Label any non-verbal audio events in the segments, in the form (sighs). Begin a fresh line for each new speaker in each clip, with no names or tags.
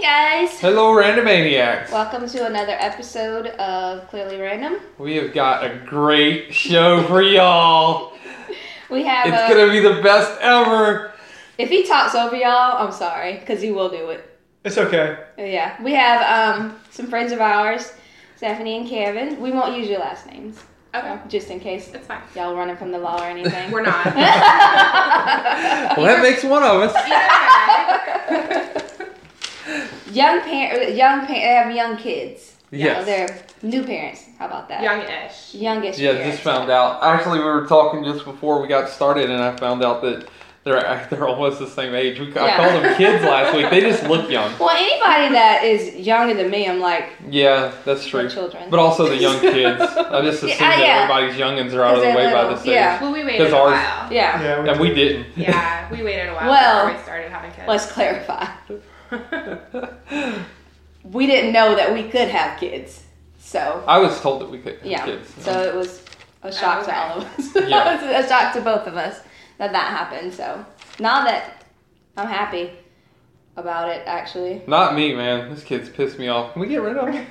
guys.
Hello, Randomaniacs.
Welcome to another episode of Clearly Random.
We have got a great show for y'all.
We have.
It's
uh,
gonna be the best ever.
if he talks over y'all, I'm sorry, because he will do it.
It's okay.
Yeah, we have um, some friends of ours, Stephanie and Kevin. We won't use your last names,
Okay,
just in case
that's fine.
y'all running from the law or anything.
(laughs)
(laughs)
We're not. Either
Well, that makes one of
(laughs)
us.
way.
young parent, young parent, they have young kids.
Yes.
they're new parents. How about that?
Youngish.
Youngest.
Yeah,
parents.
just found out. Actually, we were talking just before we got started, and I found out that they're (laughs) they're almost the same age. We, I
Yeah.
called them kids last week. They just
(laughs)
look young.
Well, anybody that is younger than me, I'm like
Yeah, that's
my
true.
children.
But also the young kids. I just
(laughs)
assume
Yeah, yeah.
that everybody's youngins are out of the
They're
way by
little,
this
yeah.
age.
Well, we
Because
waited a
ours- (laughs)
while.
yeah.
Yeah, we
And we didn't.
Yeah, we waited a while
Well,
before we started having kids. (laughs)
Let's clarify. We didn't know that we could have kids, so
(laughs) I was told that we could have
yeah.
kids.
So it was a shock
Oh, okay.
to all of us.
(laughs) Yeah.
(laughs) It was a shock to both of us that that happened. So now that I'm happy about it, actually.
Not me, man. This kid's pissed me off. Can we get rid of him?
One-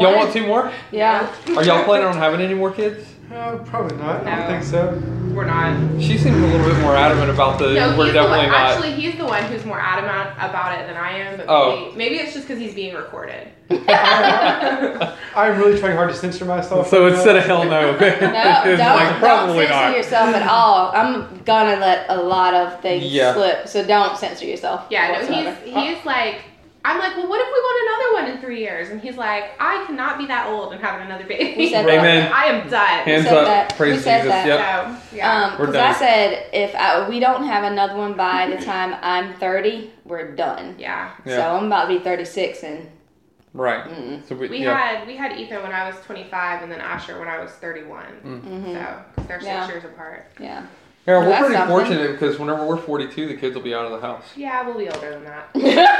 Y'all want two more?
Yeah.
Are y'all planning on having any more kids?
Uh, probably not. I
No.
don't think so.
We're not.
She seems a little bit more adamant about the we're
No, he's the one,
definitely not.
actually he's the one who's more adamant about it than I am. But
Oh.
maybe, maybe it's just because he's being recorded.
I'm really trying hard to censor myself.
so
right
instead
now.
of hell (laughs) no, it's
No, don't,
like probably
don't censor
not.
yourself at all. I'm gonna let a lot of things
Yeah.
slip, so don't censor yourself.
Yeah, no,
whatsoever.
he's
Oh.
he's like. I'm like, well, what if we want another one in three years? And he's like, I cannot be that old and having another
We
baby.
said that.
Amen.
(laughs) I am done.
Hands
said
up.
that.
Praise
We said
Jesus.
that.
Yep.
So yeah,
Um,
We're
because I
done.
said if I, we don't have another one by the time I'm 30, we're done.
yeah.
So
Yeah.
I'm about to be 36, and
Right.
mm,
So we,
We
yeah.
had we had Ethan when I was 25, and then Asher when I was 31.
Mm.
mhm.
So 'cause they're six
Yeah.
years apart.
yeah.
Yeah,
Well,
we're
that's
pretty
something.
fortunate because whenever we're 42, the kids will be out of the house.
Yeah, we'll be older
(laughs)
than that.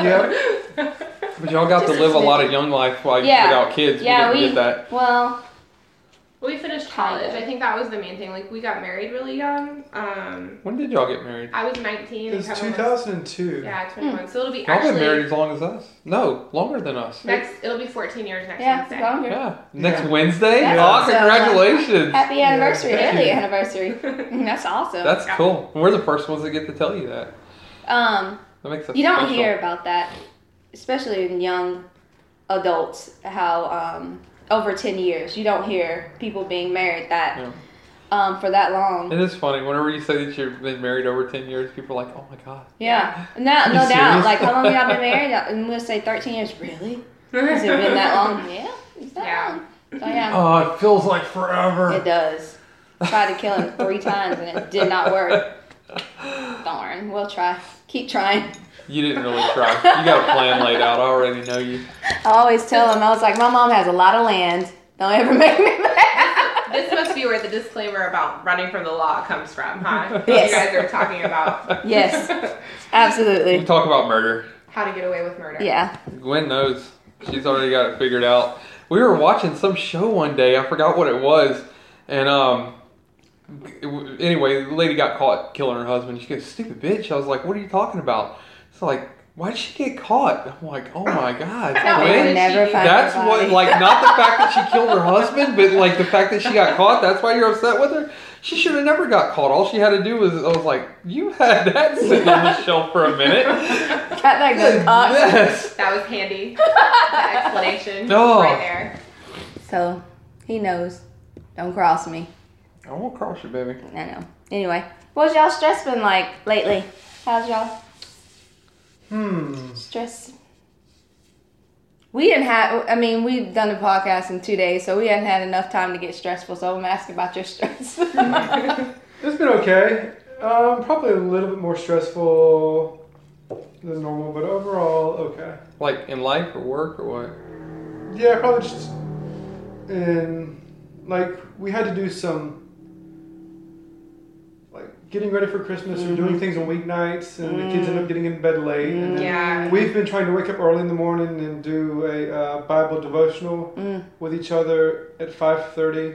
yeah,
But y'all got
Just
to live a
a
lot of young life while you
Yeah.
without kids.
Yeah,
we
we-
didn't get that.
Well,
(laughs) Well, we finished
Kind
college.
of.
I think that was the main thing. Like we got married really young. Um,
When did y'all get married?
I was 19.
it
and
was
Kevin was-
2002.
Yeah,
Hmm.
21. So it'll be
Y'all been married
actually
as long as us. No, longer than us.
next. It'll be 14 years next
yeah,
Wednesday. (laughs)
longer.
Yeah. Next
Yeah.
Wednesday?
Yeah.
Oh,
So, uh,
congratulations.
Happy
Yeah,
anniversary,
thank
early
you.
anniversary.
(laughs)
That's awesome.
That's
Yeah.
cool. We're the first ones that get to tell you that.
um,
That makes us
you don't
special.
hear about that, especially in young adults. How um, over 10 years, you don't hear people being married that
Yeah.
um, for that long.
It is funny. Whenever you say that you've been married over ten years, people are like, "Oh my god."
Yeah. No,
You
no doubt.
serious?
Like, how long have y'all been married?
(laughs)
And we'll say 13 years. Really? Has it been that long? Yeah. It's that
Yeah.
long. So,
(laughs)
yeah.
Oh, it feels like forever.
It does. Tried to kill him three times and it did not work. Darn. We'll try. Keep trying.
You didn't really try. You got a plan laid out. I already know you.
I always tell him, I was like, my mom has a lot of land. Don't ever (laughs) make me mad.
(laughs) This must be where the disclaimer about running from the law comes from,
(laughs)
huh?
Yes.
You guys are talking about
Yes,
We
absolutely.
talk about murder.
(laughs) how to get away with murder.
Yeah.
Gwen knows. She's already got it figured out. We were watching some show one day. I forgot what it was, and um. it w- Anyway, the lady got caught killing her husband. She goes, "Stupid bitch!" I was like, "What are you talking about?" It's like, "Why would she get caught?" I'm like, "Oh my god,
That
We
When
will
did
Gwen,
never
she-
find
That's
her
what,
body.
like, not the fact that she killed her husband, but like the fact that she got caught. That's why you're upset with her. She should have never got caught. All she had to do was, I was like, you had that sitting on the shelf for a minute.
Got that
(laughs)
good ox.
Yes.
That was handy. the explanation
No.
right there.
So he knows. Don't cross me.
I won't cross you, baby.
I know. Anyway, what's y'all stress been like lately? How's y'all
Hmm.
stress? We didn't have. I mean, we've done a podcast in two days, so we hadn't had enough time to get stressful. So I'm asking about your stress. (laughs)
It's been okay. Um, probably a little bit more stressful than normal, but overall, okay.
Like, in life or work or what?
Yeah, probably just in like we had to do some like getting ready for Christmas or
Mm-hmm.
doing things on weeknights, and the kids end up getting in bed late. And then
Mm. Yeah.
We've been trying to wake up early in the morning and
Mm.
do a uh, Bible devotional with each other at 5:30,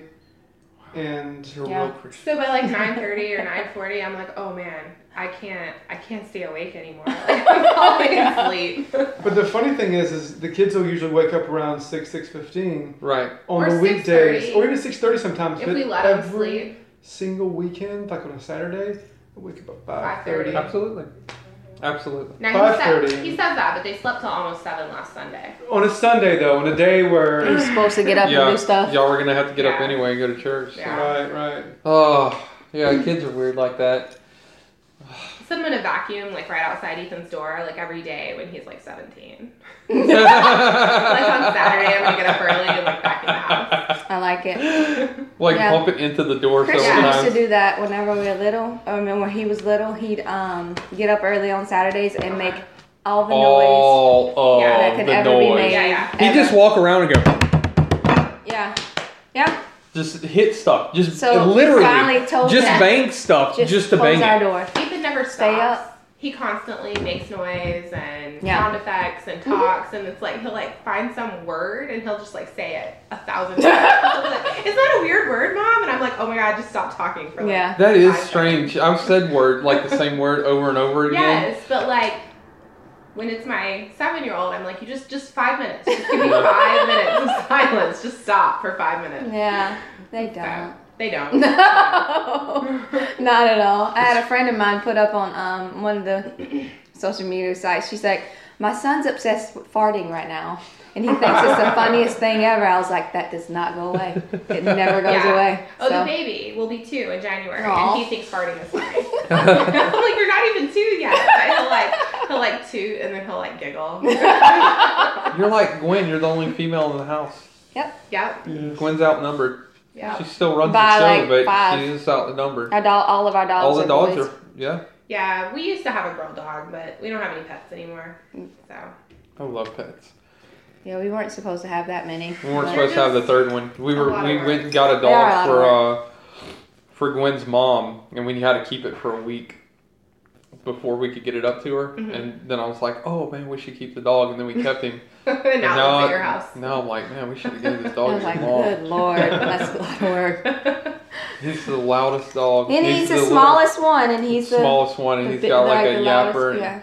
and
You're a
Yeah.
real Christian.
So by like 9:30 or 9:40, I'm like, oh man, I can't, I can't stay awake anymore. (laughs) Like, I'm falling
Yeah.
asleep.
but the funny thing is, is the kids will usually wake up around six six fifteen
Right.
on
Or
the weekdays
6:30.
or even six thirty sometimes.
If
but
we let 'em
every
sleep.
single weekend, like on a Saturday, we wake up at five
5:30.
thirty.
Absolutely. Absolutely.
Now he said,
5:30.
he said that, but they slept till almost seven last Sunday.
On a Sunday though, on a day
Oh,
where
You're supposed to get up
yeah.
and do stuff.
Y'all were gonna have to get up
Yeah.
anyway and go to church. so-
Yeah.
right, right.
Oh, yeah. Kids are weird
(laughs)
like that.
I set him in a vacuum, like right outside Ethan's door, like every day when he's like 17. Like on Saturday, I'm gonna get up early and like back in the house.
I like
(laughs)
it.
like
Yeah.
bump it into the door
Christian
several
used to
times.
do that whenever we were little. I mean, when he was little, he'd um get up early on Saturdays and make all the noise.
All of
Yeah,
that could
the
ever be
noise.
made.
Yeah, yeah.
He
ever.
just walk around and go,
Yeah, yeah.
just hit stuff, just
So we
literally,
finally told
just
him,
bang stuff, just, to
close
bang
our
it.
door.
Ethan never stops.
Stay
He constantly makes noise and
Yeah. Mm-hmm.
sound effects and talks, and it's like he'll like find some word and he'll just like say it a
(laughs)
thousand times. He'll be like, Is that a weird word, mom? And I'm like, oh my god, just stop talking for like
Yeah.
That is
five
strange. I've said word like the same word over and over again.
Yes, but like when it's my seven year old, I'm like, you just just five minutes.
(laughs)
Just give me five minutes of silence. Just stop for five minutes.
Yeah, they
So,
don't. (laughs)
they don't.
No, not at all. I had a friend of mine put up on um, one of the social media sites. She's like, "My son's obsessed with farting right now, and he thinks it's
(laughs)
the funniest thing ever." I was like, "That does not go away. It never goes
Yeah.
away."
Oh,
So-
the baby will be two in January,
Aw.
and he thinks farting is funny.
(laughs)
I'm like, you're not even two yet. But he'll like, he'll like toot, and then he'll
(laughs)
like giggle.
(laughs) You're like Gwen. You're the only female in the house.
yep,
Gwen's outnumbered. She
yep,
still runs
By,
the show,
like,
but
five.
she is outnumbered.
Our dog, all of our dogs.
All the
are
dogs
boys.
are, yeah.
yeah. We used to have a girl dog, but we don't have any pets anymore. So (laughs)
I love pets.
Yeah, we weren't supposed to have that many.
We weren't
but-
supposed to have the third one. We
A
were
lot of
we
work.
went and got a
They are a lot
dog
of
for uh for Gwen's mom, and we had to keep it for a week before we could get it up to her.
Mhm.
And then I was like, oh man, we should keep the dog, and then we kept him.
and
And
now it's at
I-
your house.
Now I'm like, man, we should have given this
I
dog
was
his
like,
mom.
good lord, that's a lot of
(laughs)
work.
He's the loudest dog.
And he's, the,
little-
smallest one, and he's the,
smallest one, and
the
he's
big-
got like,
the
a yapper.
loudest-
and
yeah.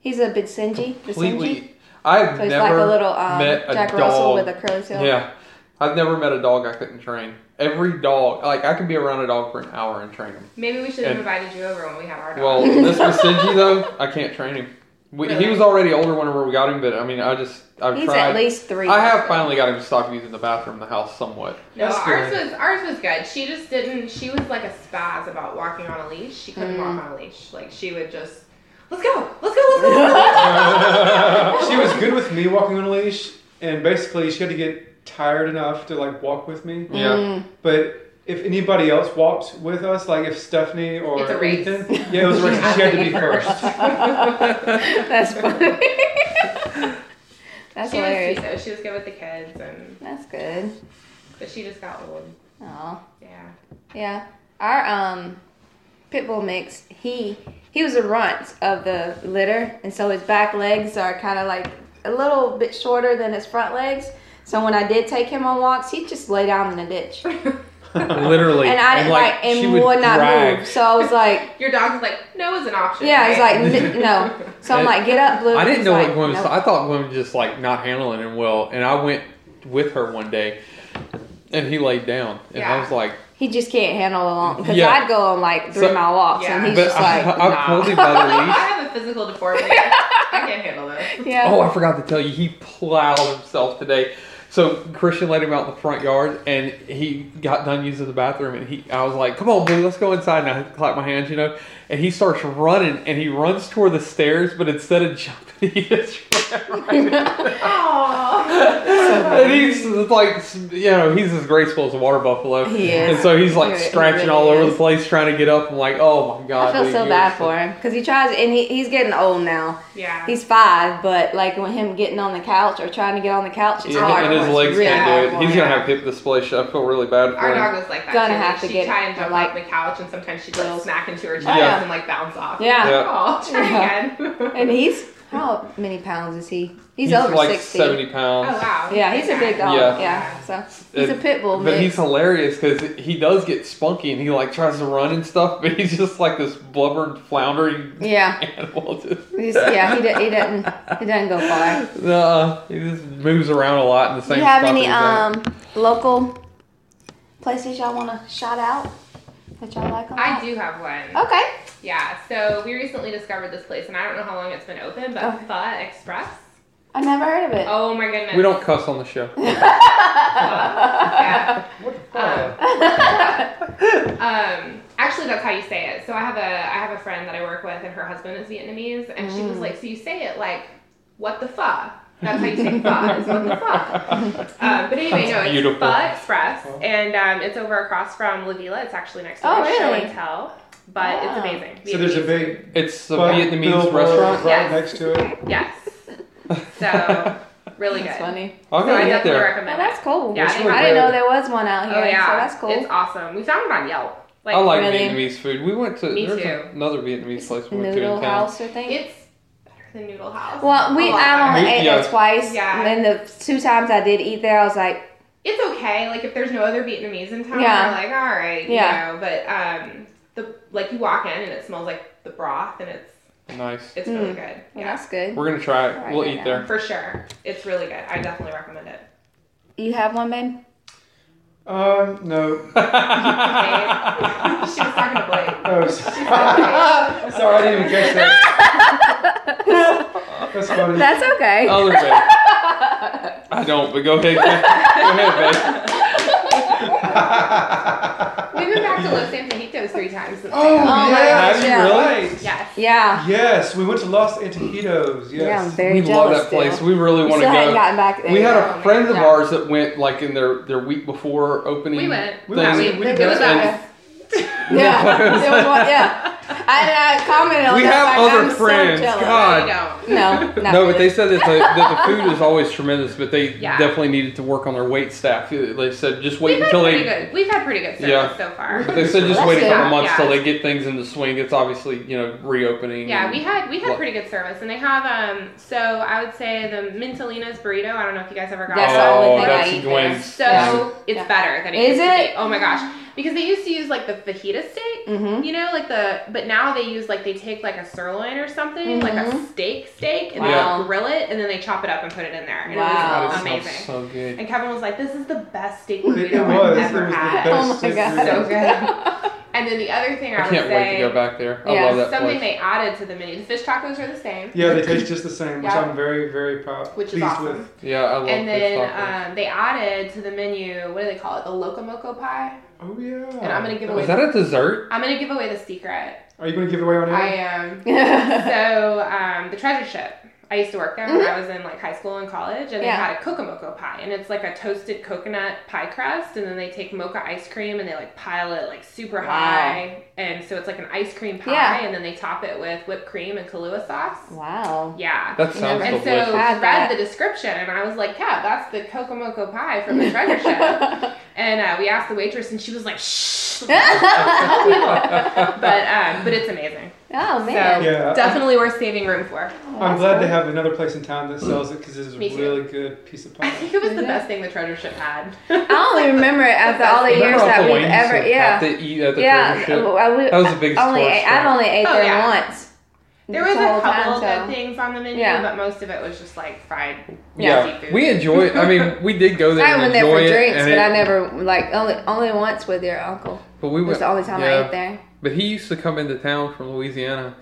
He's a Bitsinji. Bitsinji.
Completely, I've
So he's
never
like a little um,
met a
Jack
dog
Russell with a curly tail.
Yeah. I've never met a dog I couldn't train. Every dog, like I could be around a dog for an hour and train him.
Maybe we should
And-
have invited you over when we had our dog.
(laughs)
Well, this Masinji though, I can't train him. We, He
Really?
was already older whenever we got him, but I mean, I just I've
He's
tried.
at least three.
I
(laughs)
have finally got him to stop using the bathroom in the house somewhat.
No,
That's
ours
good.
was ours was good. She just didn't. She was like a spaz about walking on a leash. She couldn't
Mm.
walk on a leash. Like she would just let's go, let's go, let's go. Let's go.
she was good with me walking on a leash, and basically she had to get tired enough to like walk with me.
Yeah.
Mm.
But if anybody else walked with us, like if Stephanie or
It's a race.
Ethan, yeah, it was
(laughs)
a race. She had to be first.
That's funny. (laughs)
(laughs)
That's
she was
hilarious.
cute though. She was good with the kids, and
That's good.
but she just got old.
Oh.
Yeah. (laughs)
Yeah. Our um pit bull mix, he he was a runt of the litter and so his back legs are kinda like a little bit shorter than his front legs. So when I did take him on walks, he'd just lay down in the ditch.
(laughs) Literally,
Mm. And I didn't like, and would, not move. So I was like,
Your dog was like, no is an option.
yeah, he's like,
right?
"N- no. So I'm like, get up, Blue.
I didn't
He's
know
like,
what Gwen was.
"Nope."
I thought Gwen was just like not handling him well, and I went with her one day, and he laid down, and I
Yeah.
was like,
He just can't handle a long because
Yeah.
I'd go on like three
So-
mile walks and
Yeah.
he's
but Oh,
just
I,
like,
(laughs) I
nah.
pulled him
I
by
was
the
like, (laughs)
(laughs)
I
leash.
have a physical deformity. I can't handle this.
yeah.
Oh, I forgot to tell you, he plowed himself today. So Christian laid him out in the front yard, and he got done using the bathroom, and he, I was like, "Come on, Blue, let's go inside." And I clap my hands, you know, and he starts running, and he runs toward the stairs, but instead of (laughs) jumping, he just ran
(laughs)
right into
Aww.
and he's like, you know, he's as graceful as a water buffalo.
He is.
And so he's like
He- he
scratching
really
all over
is.
the place trying to get up. I'm like, oh my god.
I feel
dude,
so
you're
bad
so-
for him because he tries and he, he's getting old now.
Yeah.
He's five, but like with him getting on the couch or trying to get on the couch, it's
Yeah,
hard.
and
for
his
him.
legs
Really hard
can't do
for
it. He's
him.
gonna have hip dysplasia. I feel really bad for
Our
him.
dog was like that.
Gonna
too.
have to
she'd
get-
try and jump
like-
off the couch, and sometimes she'd like
Girls.
smack into her chest
Yeah.
and like bounce off.
Yeah.
Yeah.
Oh, try
Yeah.
again.
(laughs) And he's How many pounds is he? He's,
he's
over
like
60.
70
(laughs) Oh
pounds.
wow.
(laughs) Yeah, he's a big dog.
Yeah.
Yeah, so he's
It-
a pit bull.
But
mix.
he's hilarious because he does get spunky and he like tries to run and stuff, but he's just like this blubbered, floundering
yeah,
(laughs) animal. Just,
he's, yeah, he, do, he doesn't he doesn't go far.
Nah, he just moves around a lot in the
Do
same.
you have
spot
any
that
um local places y'all want to shout out that y'all like? on
I
that?
do have one.
Okay.
Yeah, so we recently discovered this place, and I don't know how long it's been open, but
Okay.
Pho Express.
I never heard (laughs) of it.
Oh my
he's
goodness.
in. We don't cuss on the show. (laughs)
Yeah.
What the
Um,
fuck?
um, actually, that's how you say it. So I have a I have a friend that I work with, and her husband is Vietnamese, and she was
Mm.
like, "So you say it like what the pho?" That's how you say pho. Is what the pho.
(laughs)
(laughs)
Um, but anyway,
That's
no, it's
beautiful.
Pho Express,
Pho.
and um, it's over across from La Villa. It's actually next to
Oh,
the show
really? Ah.
and tell, but it's
Wow.
amazing.
so there's a
Vietnamese.
big
it's a
fuck
Vietnamese
billboard
restaurant.
right
Yes.
next to it.
yes. (laughs)
(laughs)
So really
that's
good.
funny.
I'll
So
go
I
get
definitely
there.
Well,
recommend
Oh, that's
it.
cool.
Yeah,
It's really
I didn't know
good.
there was one out here,
Oh yeah,
so that's cool.
It's awesome. We found it on Yelp. Like,
I like
really-
Vietnamese food. We went to
Me
there's
too.
another Vietnamese place we went to
Noodle
in town.
house or thing.
it's better than Noodle House.
Well, we
A lot
I
better.
only
We-
ate
yeah.
there twice,
Yeah.
and then the two times I did eat there, I was like,
it's okay. Like if there's no other Vietnamese in town,
Yeah.
we're like, all right,
Yeah.
you know. But um, the like you walk in and it smells like the broth and it's
Nice.
it's really
Mm.
good.
well,
Yeah,
that's good.
We're gonna try it.
Alright,
We'll
yeah,
eat
yeah.
there.
for sure. It's really good. I definitely recommend
(laughs)
it.
You have one, babe?
Um, no.
(laughs) Okay. she was talking to
(laughs)
Blake. (laughs)
Oh, sorry. sorry, I didn't even catch that.
(laughs)
That's
(laughs)
funny.
That's okay.
Other babe. I don't, but go ahead. Go ahead, babe.
We've been back to Los Antojitos three times. Since
(laughs) oh,
my
yes.
gosh,
you're
yeah.
right.
Yes.
Yeah.
Yes, we went to Los Antojitos. Yes.
Yeah, I'm very
We love
jealous.
that place.
Still.
We really
We
want to
still hadn't
go.
gotten back there.
We had
Oh,
a
man.
friends of
Yeah.
ours that went like in their their week before opening.
We went.
We
Yeah,
thing.
went.
we,
We
it
did.
was us.
(laughs)
yeah, there was one. Yeah, I, I commented on
We
that.
have
like,
other
I'm so
friends.
jealous.
God.
I know.
No, not
(laughs) no, but they
really.
said that the, that the food is always tremendous, but they
Yeah.
definitely needed to work on their wait staff. They said just wait
We've had
until
pretty
they.
good. We've had pretty good service
Yeah.
so far.
They said just
That's
wait a
good.
couple months
Yeah.
till they get things in the swing. It's obviously you know reopening.
Yeah,
and-
we had we
What?
had pretty good service, and they have um. So I would say the Mentolina's burrito. I don't know if you guys ever got
That's
it.
the only
Oh,
thing
that's
I eat
Gwen's.
So
Yeah.
it's
Yeah.
better than it
Is
used to
it?
be. Oh my gosh, because they used to use like the fajita steak.
Mhm.
You know, like the but now they use like they take like a sirloin or something, like a
Mhm.
steak steak, and
Wow.
they grill it, and then they chop it up and put it in there. And
Wow.
it
God,
was
it smells
amazing.
so good.
and Kevin was like, "This is the best steak
It,
burrito
it
I've
was. It
ever
was the
had."
Oh
best.
my
thing
God.
so
ever.
good. and then the other thing I,
I
would
can't
say
wait to go back there. I
Yeah.
love that
something
place.
they added to the menu. The fish tacos are the same.
Yeah, they taste just the same, which
Yeah.
I'm very, very proud.
Which is
pleased
awesome.
with.
yeah, I love
And
fish
then um, they added to the menu. What do they call it? The locomoco pie.
Oh yeah.
And I'm gonna give
tacos.
uh,
away.
Was that a dessert?
I'm gonna give away the secret.
Are you gonna give it away on air?
I uh, am. so um, the treasure ship. I used to work there when I was in like high school and college, and
Mm-hmm. Yeah.
they had a cocomoco pie, and it's like a toasted coconut pie crust, and then they take mocha ice cream and they like pile it like super
Wow.
high, and so it's like an ice cream pie,
Yeah.
and then they top it with whipped cream and Kahlua sauce.
(laughs) wow.
Yeah.
That sounds
Never- (laughs)
And so
delicious. (laughs)
Had
I
that.
read the description and I was like, yeah, that's the Kokomoko pie from the treasure ship.
(laughs)
and uh, we asked the waitress and she was like, shh. But, um, but it's amazing.
oh
So
man.
Yeah.
definitely worth saving room for.
I'm glad they have another place in town that sells it because it is a
Me too.
really good piece of
I (laughs)
pie.
think it was the
Yeah.
best thing the treasure ship had.
(laughs) I only remember it after all the
Remember
years that
Uncle
we've
Wayne
ever.
used to
Yeah.
Have to eat at the
yeah.
treasure ship.
well, I, would-
That was the biggest
only
tourist
ate, I've
trap.
only ate
Oh,
there
yeah.
once.
There was
The whole
a couple
time,
good
so-
things on the menu,
Yeah.
but most of it was just like fried
yeah,
seafood.
we enjoy. it. I mean, we did go
(laughs)
there.
I
and
went there
enjoy
for
it,
drinks,
and
but
it-
I never like only only once with your uncle.
But we
It was
went,
the only time
yeah.
I ate there.
But he used to come into town from Louisiana,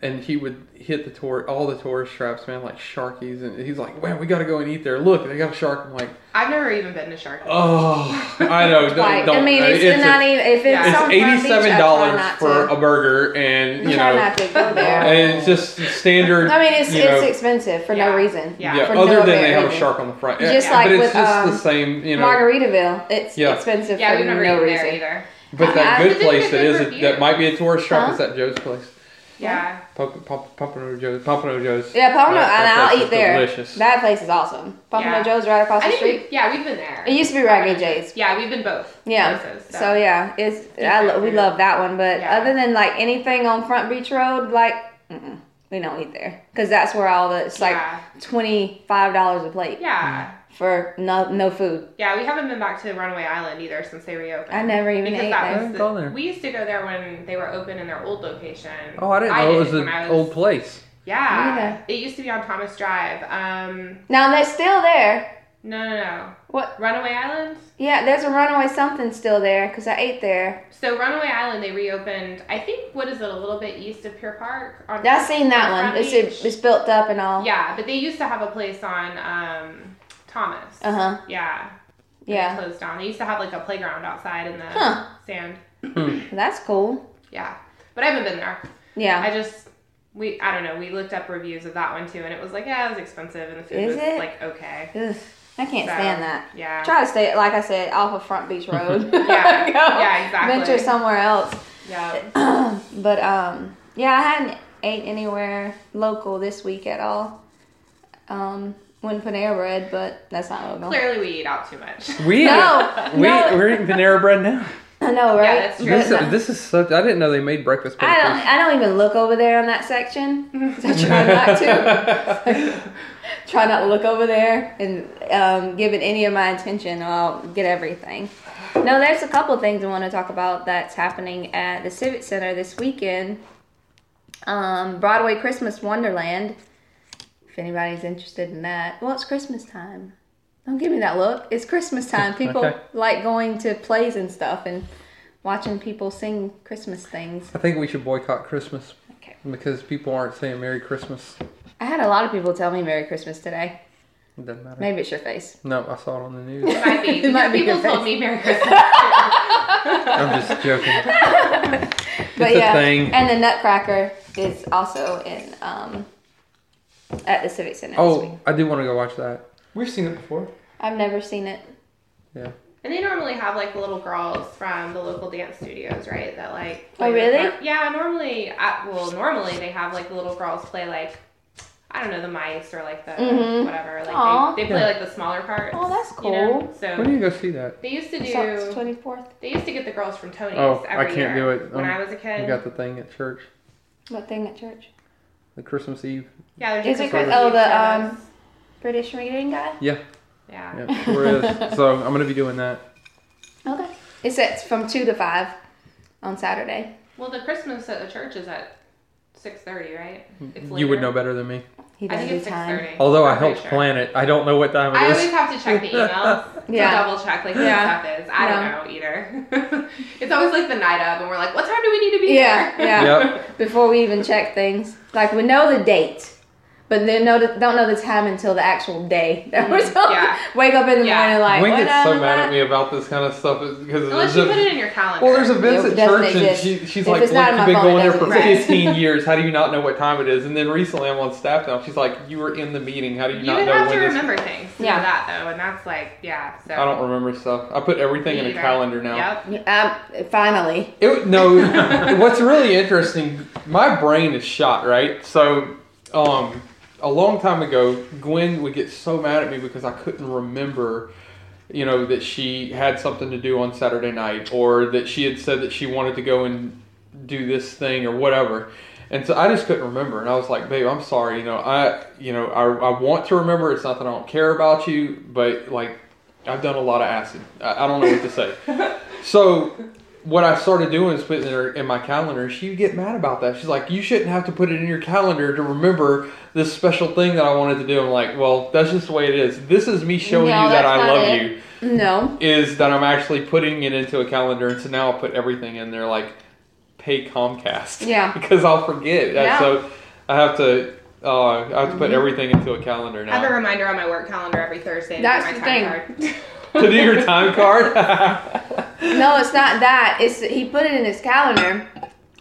and he would hit the tour all the tourist traps, man, like Sharkies, and he's like, "Man, we got to go and eat there. Look, they got a shark." I'm like,
(laughs) I've never even been to Shark.
"Oh, I know."
(laughs)
Don't,
Like,
don't- uh,
I mean, it's,
a-
not even if it's,
Yeah.
it's
on Front Beach, I try
eighty-seven dollars
not
for
to.
a burger, and
I
you
try
know,
not to go there.
and it's just standard.
I mean, it's
you
it's
know,
expensive for
Yeah.
no reason.
Yeah.
yeah.
for no
Other than they
apparent
have a
reason.
shark on the front,
Just
Yeah,
like
but it's
with,
just the
um,
same, you know.
Margaritaville, it's
Yeah.
expensive
yeah,
for
we've never
no
eaten there
reason.
either.
But that
I-
good
Did they
place
get
that
good
is a,
reviews?
that might be a tourist trap
Huh?
is that Joe's place.
Yeah.
Pump, pump, Pompano Joe's. Pompano Joe's.
Yeah, Pompano,
That-
and
that place
I'll
is
eat there.
Delicious.
That place is awesome. Pompano
Yeah.
Joe's right across
I
the
think
street.
we, yeah, we've been there.
It used to be Raggedy J's.
Yeah, we've been both.
Yeah.
Places,
So yeah, it's I lo- we love that one, but
Yeah.
other than like anything on Front Beach Road, like mm-mm. we don't eat there because that's where all the it's like
Yeah.
twenty five dollars a plate
Yeah.
for no no food.
Yeah, we haven't been back to Runaway Island either since they reopened.
I never even
because
ate
that
there.
haven't
was the,
gone there.
we used to go there when they were open in their old location.
Oh, I didn't know it was
did
an
when I
old place.
Yeah, it used to be on Thomas Drive. Um,
Now they're still there.
no, no, no.
What?
Runaway Island?
Yeah, there's a Runaway something still there because I ate there.
So Runaway Island, they reopened. I think what is it, a little bit east of Pier Park? On
I seen that
on
one.
Front
It's
Beach?
it's built up and all.
yeah, but they used to have a place on um, Thomas.
Uh huh.
Yeah. and
Yeah.
They closed down. They used to have like a playground outside in the
Huh.
sand.
That's cool.
Yeah, but I haven't been there.
Yeah.
I just we I don't know. We looked up reviews of that one too, and it was like yeah, it was expensive, and the food
Is
was
it?
like okay.
Ugh, I can't
So,
stand that.
Yeah.
Try to stay, like I said, off of Front Beach Road.
(laughs)
(laughs)
Yeah.
Go
Yeah, exactly.
Venture somewhere else.
yeah.
but um, yeah, I hadn't ate anywhere local this week at all. Um, when Panera Bread, but that's not local.
Clearly, we eat out
(laughs)
too much.
We
No,
we
no.
we're eating Panera bread now.
(laughs) I know, right?
Yeah, that's (laughs) true.
This, this is such. I didn't know they made breakfast
I don't.
pancakes.
I don't even look over there on that section. 'cause I try not to. (laughs) try not to look over there and um, give it any of my attention. Or I'll get everything. No, there's a couple things I want to talk about that's happening at the Civic Center this weekend. Um, Broadway Christmas Wonderland. If anybody's interested in that, well, it's Christmas time. Don't give me that look. It's Christmas time. People
Okay.
like going to plays and stuff and watching people sing Christmas things.
I think we should boycott Christmas
Okay.
because people aren't saying Merry Christmas.
I had a lot of people tell me Merry Christmas today.
It doesn't matter.
Maybe it's your face.
No, I saw it on the news.
(laughs) It might be.
It might be
people
your
told
face.
me Merry
(laughs)
Christmas.
I'm just joking.
But
a
yeah,
thing.
and the Nutcracker is also in um at the Civic Center. this week.
Oh, I do want to go watch that.
We've seen it before.
I've never seen it.
and they normally have like the little girls from the local dance studios, right? That like.
Oh,
play the
really?
part- yeah. Normally, I, well, normally they have like the little girls play like. I don't know the mice or like the
Mhm.
whatever.
Aw.
Like they, they play
Yeah.
like the smaller parts.
Oh, that's
You know?
cool.
When do
So
you go see that?
they used to do.
So it's twenty fourth.
They used to get the girls from Tony's.
Oh, I
every
can't
year.
do it.
When
Um,
I was a
We
kid,
got the thing at church,
What thing at church?
the Christmas Eve.
yeah,
Is
there's a
it Chris-
Christmas
oh,
Eve
the,
service.
British reading guy.
yeah.
Yeah, sure is.
(laughs)
So I'm gonna be doing that.
Okay. It's at from two to five on Saturday.
Well, the Christmas at the church is at six thirty, right? It's
Hmm. You would
later.
know better than me.
He
I
does
think
his
it's six
time.
thirty.
Although I helped plan it, I don't know what time
I
it
always
is.
have to
(laughs)
check the emails to
Yeah.
double check like what
Yeah.
stuff is. I
Yeah.
don't know either. (laughs) it's always like the night of, and we're like, "What time do we need to be
Yeah,
here?"
yeah.
Yep.
Before we even check things, like we know the date, but then know the, don't know the time until the actual day that we're supposed
Mm-hmm. Yeah.
wake up in the
Yeah.
morning like.
Wing
what
gets so
time
mad
is
at me about this kind of stuff because
(laughs) Unless you put it in your calendar.
Well, there's events
It
at
definitely
church, and
exists.
she, she's
If
like,
it's
"Look,
not in my
you've been
phone,
going
it
there for
doesn't
exist."
15 years. How do you not know what time it is?" And then recently, I'm on staff now. She's like, "You were in the meeting. How do you,
you
not
would
know
have
when
to
this?"
remember things. to do
Yeah.
that though, and that's like, yeah. So
I don't remember stuff. I put everything in a
Either.
calendar now.
Yep.
that? Um, finally,
It, no, what's really interesting, my brain is shot, right? So, um, a long time ago, Gwen would get so mad at me because I couldn't remember, you know, that she had something to do on Saturday night or that she had said that she wanted to go and do this thing or whatever. And so I just couldn't remember, and I was like, "Babe, I'm sorry. You know, I, you know, I, I want to remember. It's not that I don't care about you, but like, I've done a lot of acid. I, I don't know what to say." so what I started doing is putting her in my calendar. and She'd get mad about that. She's like, "You shouldn't have to put it in your calendar to remember this special thing that I wanted to do." I'm like, "Well, that's just the way it is. This is me showing
No,
you that
that's
I
not
love
it.
you.
no.
Is that I'm actually putting it into a calendar, and so now I'll put everything in there, like pay Comcast, (laughs)
Yeah.
because I'll forget. And
Yeah. Mm-hmm.
So I have to, uh, I have to put everything into a calendar
I have a
now
reminder on my work calendar every Thursday. to
That's
get
the
my time
(laughs)
card.
to do your time card. (laughs)
No, it's not that. It's that he put it in his calendar,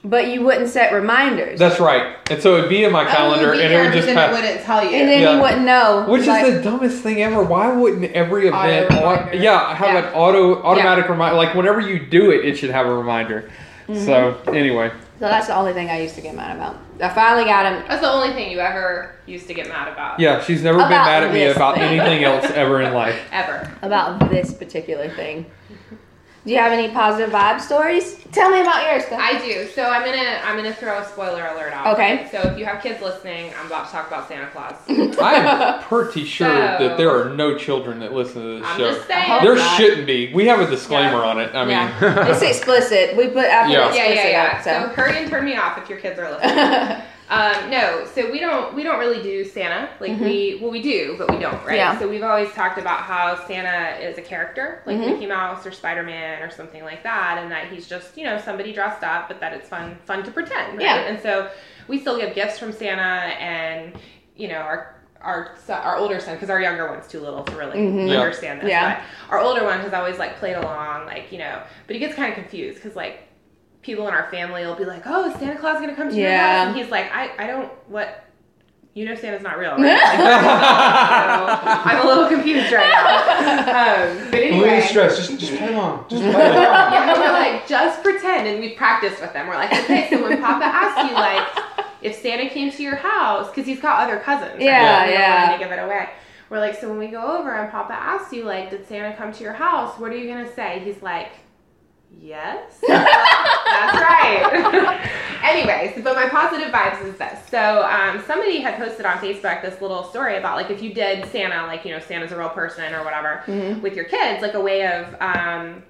but you wouldn't set reminders,
that's right. And so it'd be in my calendar, and it would just pass.
wouldn't tell you.
and then
Yeah.
you wouldn't know.
Which
like,
is the dumbest thing ever. Why wouldn't every
Auto
event, au-
reminder.
yeah, have
Yeah.
an auto automatic reminder? Like whenever you do it, it should have a reminder. So anyway,
so that's the only thing I used to get mad about. I finally got him.
That's the only thing you ever used to get mad about.
yeah, she's never been
About
mad at me
this
about
thing.
anything else ever in life.
Ever.
about this particular thing. Do you have any positive vibe stories? Tell me about yours. Though.
I do. So I'm gonna I'm gonna throw a spoiler alert out.
Okay.
So if you have kids listening, I'm about to talk about Santa Claus.
I'm pretty sure
So-
that there are no children that listen to this
I'm
show.
just saying.
hope
There
not.
shouldn't be. We have a disclaimer on it. I mean,
yeah. (laughs)
(laughs)
it's explicit. We put after
Yeah.
explicit
yeah, yeah, yeah.
up,
So hurry and turn me off if your kids are
(laughs)
listening. (laughs) Um, no, so we don't we don't really do Santa. Like we well we do, but we don't, right?
Mm-hmm. Yeah.
So we've always talked about how Santa is a character, like
Mhm.
Mickey Mouse or Spider Man or something like that, and that he's just, you know, somebody dressed up, but that it's fun fun to pretend, right?
Yeah.
And so we still get gifts from Santa and you know, our our, so- our older son, because our younger one's too little to really
Mhm.
Yeah.
understand this.
Yeah.
But our older one has always like played along, like you know, but he gets kind of confused because like people in our family will be like, "Oh, is Santa Claus gonna come to your
Yeah.
house?" And he's like, "I, I don't what." You know Santa's not real,
(laughs)
right? Like, so I'm a little confused right now. Um, but anyway,
Release stress. Just, just play along.
(laughs)
Just play (laughs) along.
yeah, we're like, just pretend, and we practice with them. We're like, okay, so when Papa asks you, like, if Santa came to your house, because he's got other cousins, right?
Yeah,
We don't
yeah.
want him to give it away. We're like, so when we go over and Papa asks you, like, did Santa come to your house? What are you gonna say? He's like,
(laughs)
yes. That's right. (laughs) Anyways, but my positive vibes is this. So um, somebody had posted on Facebook this little story about like if you did Santa, like you know Santa's a real person or whatever,
Mm-hmm.
with your kids, like a way of um,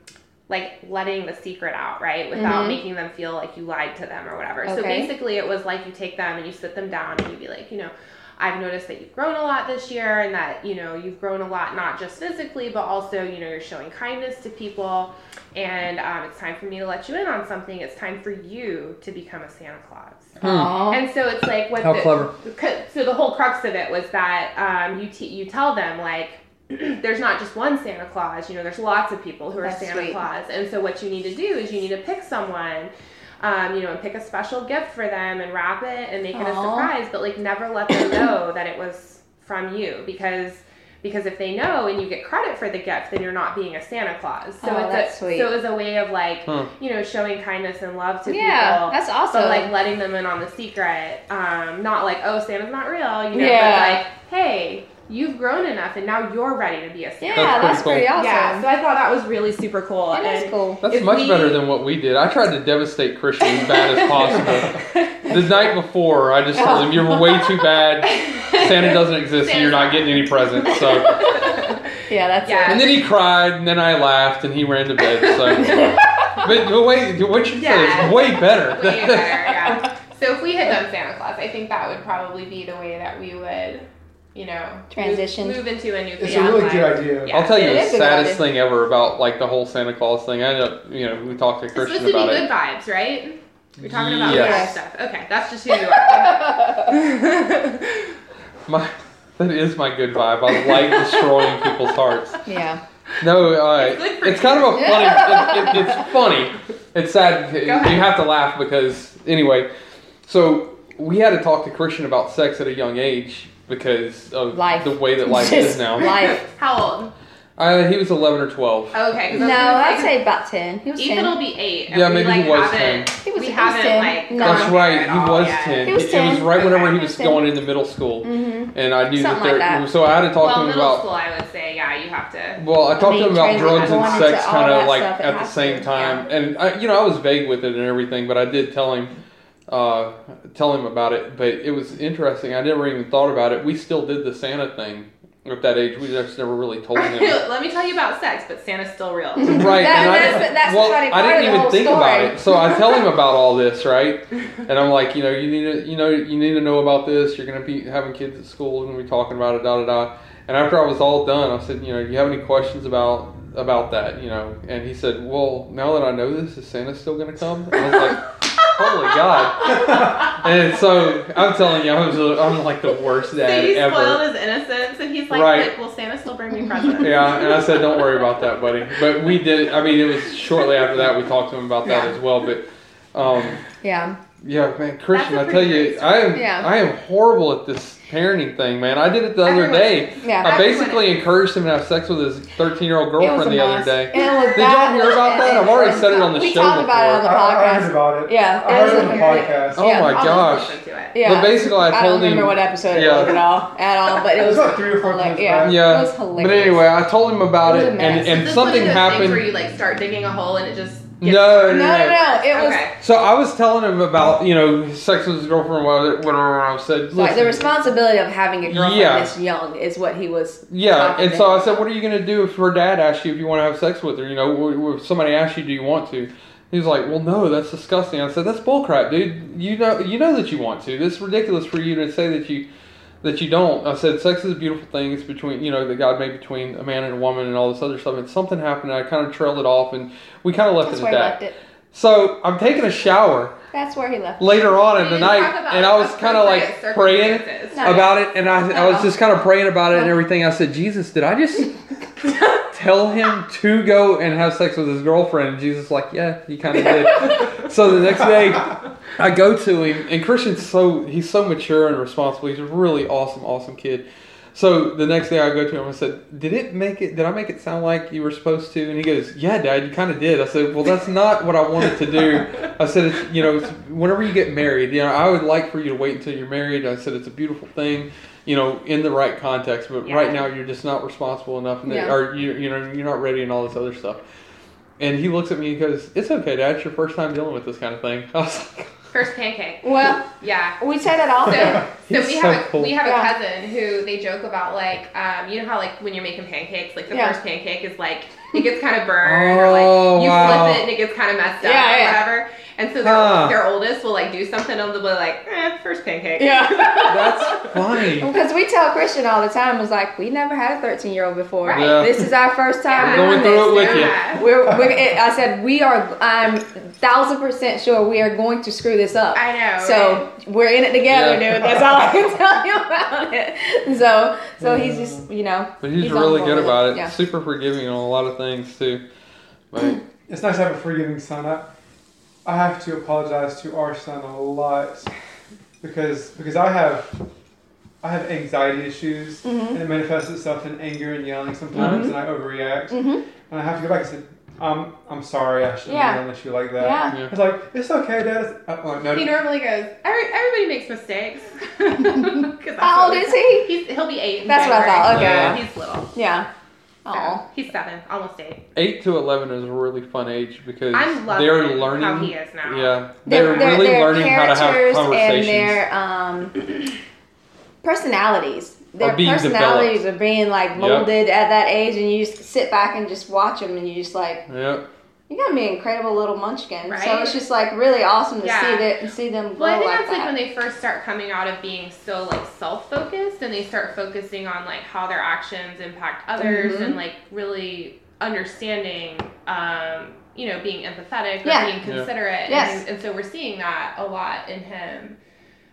like letting the secret out, right, without
Mhm.
making them feel like you lied to them or whatever. So
Okay.
basically, it was like you take them and you sit them down and you be like, you know. I've noticed that you've grown a lot this year and that, you know, you've grown a lot not just physically, but also, you know, you're showing kindness to people and um, it's time for me to let you in on something. It's time for you to become a Santa Claus.
Hmm.
Aw.
And so it's like what
How
the,
clever.
because- So the whole crux of it was that um, you te- you tell them like (clears throat) there's not just one Santa Claus. You know, there's lots of people who are
That's
Santa
sweet.
Claus, and so what you need to do is you need to pick someone. Um, you know, and pick a special gift for them and wrap it and make it a
Aw.
surprise, but like never let them know (coughs) that it was from you because because if they know and you get credit for the gift, then you're not being a Santa Claus. So
Oh,
it's
that's
a,
sweet.
so it was a way of like
Hmm.
you know showing kindness and love to
yeah,
people,
that's awesome.
but like letting them in on the secret. Um, not like oh Santa's not real, you know,
Yeah.
but like hey, you've grown enough and now you're ready to be a Santa.
yeah,
That's
that's pretty
pretty cool.
(laughs) awesome.
Yeah, so I thought that was really super cool.
It is
and-
cool.
That's
If
much
we-
better than what we did. I tried to devastate Christian as bad
(laughs)
as possible. the night before, I just told him, You're way too bad. Santa doesn't exist and you're not getting any presents. So.
Yeah, that's
Yeah.
And then he cried, and then I laughed, and he ran to bed.
(laughs)
So, but, but wait, what you said
Yeah.
is way better.
(laughs) Way better, yeah. So if we had done Santa Claus, I think that would probably be the way that we would, you know,
Transition.
move, move into a new.
It's a
family.
really good idea.
(laughs)
Yeah.
I'll tell you
It
the
is a good
saddest
idea.
thing ever about like the whole Santa Claus thing. I ended up, you know, we talked to
It's
Christian
supposed to be
about it.
good vibes, right? We're talking about
Yes.
bad stuff. Okay, that's just
(laughs)
who you (laughs) are.
My, (laughs) that is my good vibe. I like destroying people's hearts.
yeah.
No, uh,
It's good
it's,
for you.
kind of a funny. it, it, it's funny. It's sad. You
ahead.
have to laugh because anyway. So we had to talk to Christian about sex at a young age because of
Life.
the way that life
Just
is now.
Life.
How old?
Uh, he was 11 or 12.
Okay. 'cause I was
No,
gonna
I'd say about ten. He was
Ethan
ten.
will be eight. and
Yeah,
we,
maybe
like,
he was
haven't-
10.
He was-
we
he was
haven't
10.
like.
No.
gone
That's
there
right.
at
He
all
was
yet.
10.
He was
It, was
10.
right whenever he
Okay.
was
He was
going into middle school,
Mhm.
and I
Something
knew
like
that there.
that.
so I had to talk
Well,
to him
middle
about.
school, I would say, yeah, you have
(laughs)
to.
Well, I talked to him about
Being
drugs and
transitioned
sex,
to all
kind of
that
like
stuff, it
at the
has
same
to,
time, and I, you know, I was vague with it and everything, but I did tell him, uh, tell him about it. But it was interesting. I never even thought about it. We still did the Santa thing at that age. We just never really
(laughs)
told him.
Let me tell you about sex, but Santa's still (laughs) real.
(laughs) Right,
That-
and I,
that's the- that's the
well,
funny
I
part
didn't
of the
even
whole
think about
story.
it. So I tell him about all
(laughs)
this, right? And I'm like, you know, you need to, you know, you need to know about this. You're gonna be having kids at school, and we talking about it, da da da. And after I was all done, I said, you know, do you have any questions about about that, you know? And he said, well, now that I know this, is Santa still gonna come? And I
(laughs)
was like, holy god! And so I'm telling you, I'm, just, I'm like the worst
so
dad
he
ever.
spoiled his innocence, and he's like,
Right.
like, will Santa still bring me presents?
Yeah, and I said, "Don't worry about that, buddy." But we did. I mean, it was shortly after that we talked to him about that as well. But um,
Yeah.
yeah, man, Christian,
That's a
I tell
pretty
you,
great
I am
Yeah.
I am horrible at this parenting thing, man. I did it the other
Everyone-
day.
Yeah.
I
Everyone
basically encouraged him to have sex with his 13 year old girlfriend
It was a
the other
mess.
day.
It was
Did y'all hear about that? I've already I said it on the
we
show
talked about it on
before.
the
I, I
podcast.
heard about it.
Yeah.
I heard it on the
Yeah.
podcast.
Oh
Yeah.
my
(laughs) I'll
gosh.
just listen to it.
Yeah.
But basically, I
I
told
don't remember
him.
what episode it
yeah.
was at all, at all. But it
It was
was
about three or four
hila-
times
yeah.
back.
It
Yeah.
was
but
hilarious.
anyway, I told him about
It was
it,
a
and,
mess.
and
This is one of
something
those things Where
happened.
you like start digging a hole and it just gets
No,
no, no, no. It was
Okay.
So I was telling him about you know sex with his girlfriend, whatever. whatever and I said,
like the
"Listen,
responsibility of having a girlfriend
Yeah.
this young is what he was.
Yeah,
talking
and so
about.
I said, "What are you gonna do if her dad asks you if you want to have sex with her? You know, w- if somebody asks you, do you want to?" He was like, "Well, no, that's disgusting." I said, "That's bullcrap, dude. You know, you know that you want to. This is ridiculous for you to say that you that you don't." I said, "Sex is a beautiful thing. It's between you know that God made between a man and a woman and all this other stuff." And something happened, and I kind of trailed it off, and we kind of left
That's
it
where
at
he
that.
left it.
So I'm taking a shower
That's where he left. it.
later on in
We
the
didn't
night,
talk about
and I was kind of like
appropriate
praying
circumstances.
No.
about it, and I, I was just kind of praying about it and everything. I said, Jesus, did I
(laughs)
just tell him to go and have sex with his girlfriend? And Jesus, was like, yeah, he kind of
(laughs)
did. so the next day, I go to him, and Christian's so he's so mature and responsible. He's a really awesome, awesome kid. So the next day, I go to him and said, "Did it make it? Did I make it sound like you were supposed to?" And he goes, "Yeah, Dad, you kind of did." I said, "Well, that's not what I wanted to do." I said, it's, "You know, it's, whenever you get married, you know, I would like for you to wait until you're married." I said, "It's a beautiful thing, you know, in the right context, but
Yeah.
right now you're just not responsible enough, and
Yeah.
or you, you know, you're not ready, and all this other stuff." And he looks at me and goes, "It's okay, Dad. It's your first time dealing with this kind of thing." (laughs) I was like,
First pancake.
Well,
Yeah.
we said it
(laughs)
all.
So, so
He's
we
so
have a,
cool.
we have
Yeah.
a cousin who they joke about like um, you know how like when you're making pancakes like the
Yeah.
first pancake is like it gets kind of burned or like
(laughs) Oh,
you
wow.
flip it and it gets kind of messed up
Yeah,
or
yeah.
whatever and so their,
Huh.
their oldest will like do something and they'll be like eh, first pancake (laughs)
Yeah.
"That's funny."
Because we tell Christian all the time, was like, we never had a 13 year old before.
Right.
Yeah.
This is our first time
Yeah.
doing
Going through it
this.
with you.
Yeah.
We're, we're, it, I said, we are, I'm thousand percent sure we are going to screw this up.
I know
So we're in it together,
Yeah.
dude. That's all I can (laughs) tell you about it. So, so he's just, you know,
But he's,
He's on
really
board
good
with it,
about it.
yeah.
Super forgiving on a lot of things too. Like,
It's nice to have a forgiving son. I, I have to apologize to our son a lot because because I have I have anxiety issues
Mm-hmm.
and it manifests itself in anger and yelling sometimes and I overreact
Mhm.
and I have to go back and say I'm I'm sorry I shouldn't
Yeah.
be yelling at you like that.
yeah.
yeah.
It's like it's okay, Dad. Uh, oh, no,
he normally goes "Every- everybody makes mistakes (laughs) 'Cause that's
How
what-
old is he?
He's, he'll be eight. in
That's what I
February.
thought,
okay.
Yeah, he's little.
Yeah.
So,
Oh.
he's seven, almost eight.
Eight to eleven is a really fun age because
I'm loving
they're learning.
how he is now.
Yeah, they're, really learning how to have
characters And
conversations.
their um, personalities. Their
being
personalities are being like
Yep.
molded at that age, and you just sit back and just watch them, and you just like,
Yep.
you got me an incredible little munchkin. So
Right?
it's just like really awesome to
Yeah.
see that, see them grow
Well, I think
like
that's
that.
like when they first start coming out of being so like self-focused, and they start focusing on like how their actions impact others,
Mhm.
and like really understanding, um, you know, being empathetic or
Yeah.
being
Yeah.
considerate.
Yes.
And, and so we're seeing that a lot in him.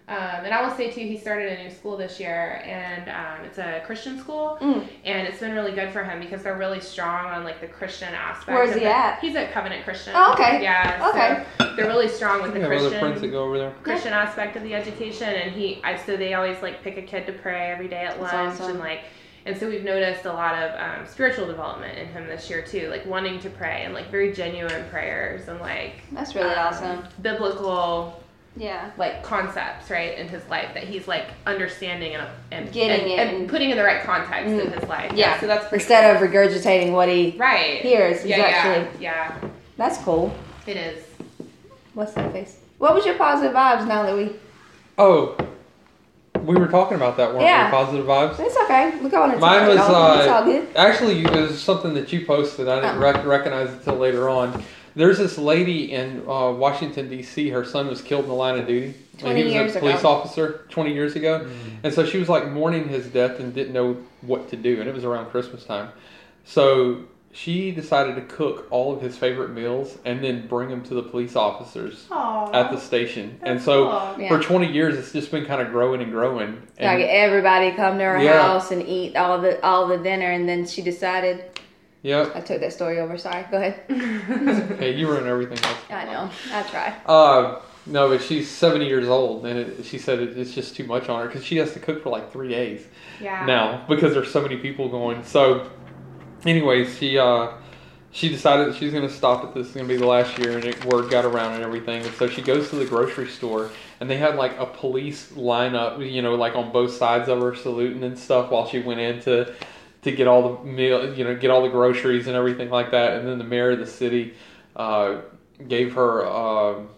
Um, and I will say too, he started a new school this year, and um, it's a Christian school,
Mm.
and it's been really good for him because they're really strong on like the Christian aspect.
Where's
of
he
it.
at?
He's at Covenant Christian.
Oh, okay.
Yeah. so
Okay.
they're really strong with
We
the
have other friends that
Christian
go over there.
Christian aspect of the education, and he, I so they always like pick a kid to pray every day at
That's
lunch,
awesome.
and like, and so we've noticed a lot of um, spiritual development in him this year too, like wanting to pray and like very genuine prayers and like
that's really
um,
awesome.
biblical
Yeah.
like concepts right in his life that he's like understanding and and
Getting
and,
it
and
and-
putting in the right context in
Mm.
his life.
Yeah.
so that's pretty
Instead of regurgitating what he
cool. right
hears, he's
Yeah,
actually
yeah,
that's cool.
yeah, it
(laughs)
is. (laughs)
What's that face? What was your positive vibes now that we?
Oh, we were talking about that, weren't
Yeah.
we? Positive vibes.
It's okay. We go on.
Mine was
It's all
uh,
good.
actually it was something that you posted. I didn't
Oh.
rec- recognize it till later on. There's this lady in uh, Washington D.C. Her son was killed in the line of duty. and
20
he was
years
a
ago.
police officer 20 years ago. And so she was like mourning his death and didn't know what to do. And it was around Christmas time. So she decided to cook all of his favorite meals and then bring them to the police officers
Aww,
at the station. And so
Yeah.
for 20 years, it's just been kind of growing and growing.
like
And
everybody come to her
Yeah.
house and eat all the all the dinner, and then she decided.
yeah,
I took that story over. Sorry. Go ahead.
hey, you ruin everything. else.
I know. I try.
Uh, no, but she's 70 years old, and it, she said it, it's just too much on her because she has to cook for like three days.
yeah.
now because there's so many people going. So, anyways, she uh, she decided that she's going to stop it. This is going to be the last year, and it, word got around and everything. And so she goes to the grocery store, and they had like a police lineup, you know, like on both sides of her saluting and stuff while she went in to to get all the meal, you know, get all the groceries and everything like that. And then the mayor of the city uh, gave her. um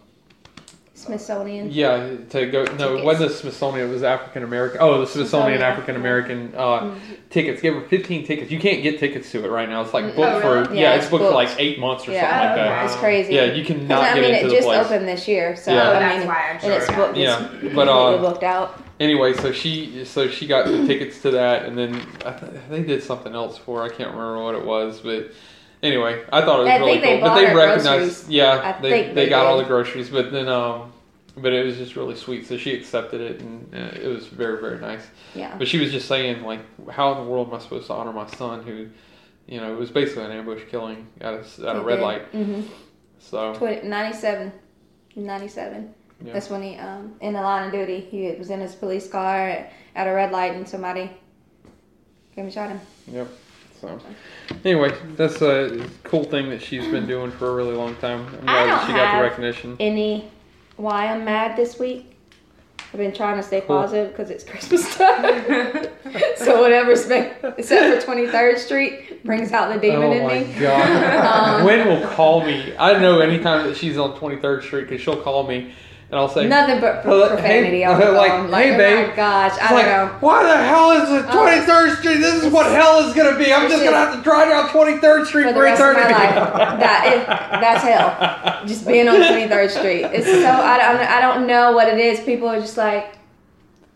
Smithsonian.
yeah, to go. No, it wasn't the Smithsonian. It was African American. Oh, the Smithsonian
Smithsonian. Mm-hmm.
African American uh, tickets. Give her fifteen tickets. You can't get tickets to it right now. It's like
Mm,
booked
oh, really?
for. Yeah,
Yeah,
it's
it's
booked, for
booked.
like eight months or
Yeah.
something like that.
okay.
It's crazy.
Yeah, you cannot
I
get
mean,
into
it
the
just
place.
opened this year, so
Yeah.
Oh,
I
that's
mean,
why I'm sure.
and it's booked.
Yeah.
It's (laughs)
But, uh,
completely booked out.
Anyway, so she so she got the tickets to that, and then I th- they did something else for. her. I can't remember what it was, but anyway, I thought it was
I
really
think they
cool. but
bought
they
her
recognized, yeah,
I
they,
think
they
they
got all the
did.
groceries, but then um, but it was just really sweet. So she accepted it, and uh, it was very very nice.
Yeah.
But she was just saying, like, how in the world am I supposed to honor my son who, you know, it was basically an ambush killing at a, s- at a red light.
Mm-hmm.
So,
20, 97. 97.
Yeah.
That's when he, um, in the line of duty, he was in his police car at, at a red light and somebody came and shot him.
yep. So, anyway, that's a cool thing that she's been doing for a really long time. I'm glad that
don't
she got the
have-
recognition.
Any why I'm mad this week? I've been trying to stay
Cool.
positive because it's (laughs) Christmas time. so whatever's been, except for 23rd Street, brings out the demon
oh
in
my
me.
god.
(laughs) Um,
Gwen will call me. I know anytime that she's on 23rd Street because she'll call me and I'll say,
Nothing but
Well,
pro- profanity
hey, (laughs)
on the
like,
phone.
hey,
oh
babe.
my gosh, I
It's
don't
like,
know. Uh,
Why the hell is it 23rd Street? This is what hell is going to be. I'm
it's
just going to
just-
have to drive down 23rd Street
For
for,
the rest of my
eternity.
life,
(laughs)
that is, that's hell. Just being on 23rd Street. It's so I don't, I don't know what it is. People are just like,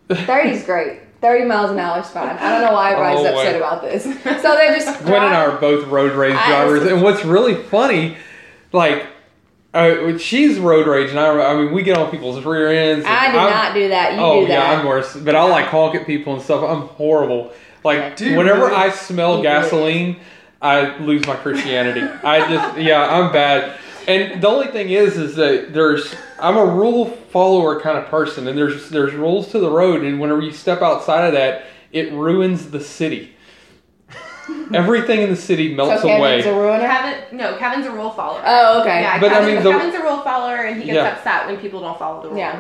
30's great. 30 miles an hour is fine. I don't know why everybody's
Oh,
upset
wait.
about this. So they're just
Gwen and I are both road rage
I-
drivers, and what's really funny, like, uh, she's road rage, and I, I mean, we get on people's rear ends. and
I do
I'm-
not do that. You
oh
do that.
yeah, I'm worse. But I like honk at people and stuff. I'm horrible. Like
Do you
whenever
really?
I smell
You
gasoline, I lose my Christianity. I just yeah, I'm bad. And the only thing is, is that there's I'm a rule follower kind of person, and there's there's rules to the road, and whenever you step outside of that, it ruins
(laughs)
the city. Everything in the city melts
so Kevin's
away.
a ruiner.
Kevin, no, Kevin's a rule follower.
Oh, okay.
Yeah,
But I
Kevin,
mean, the-
Kevin's a rule follower, and he gets
Yeah.
upset when people don't follow the rules.
Yeah.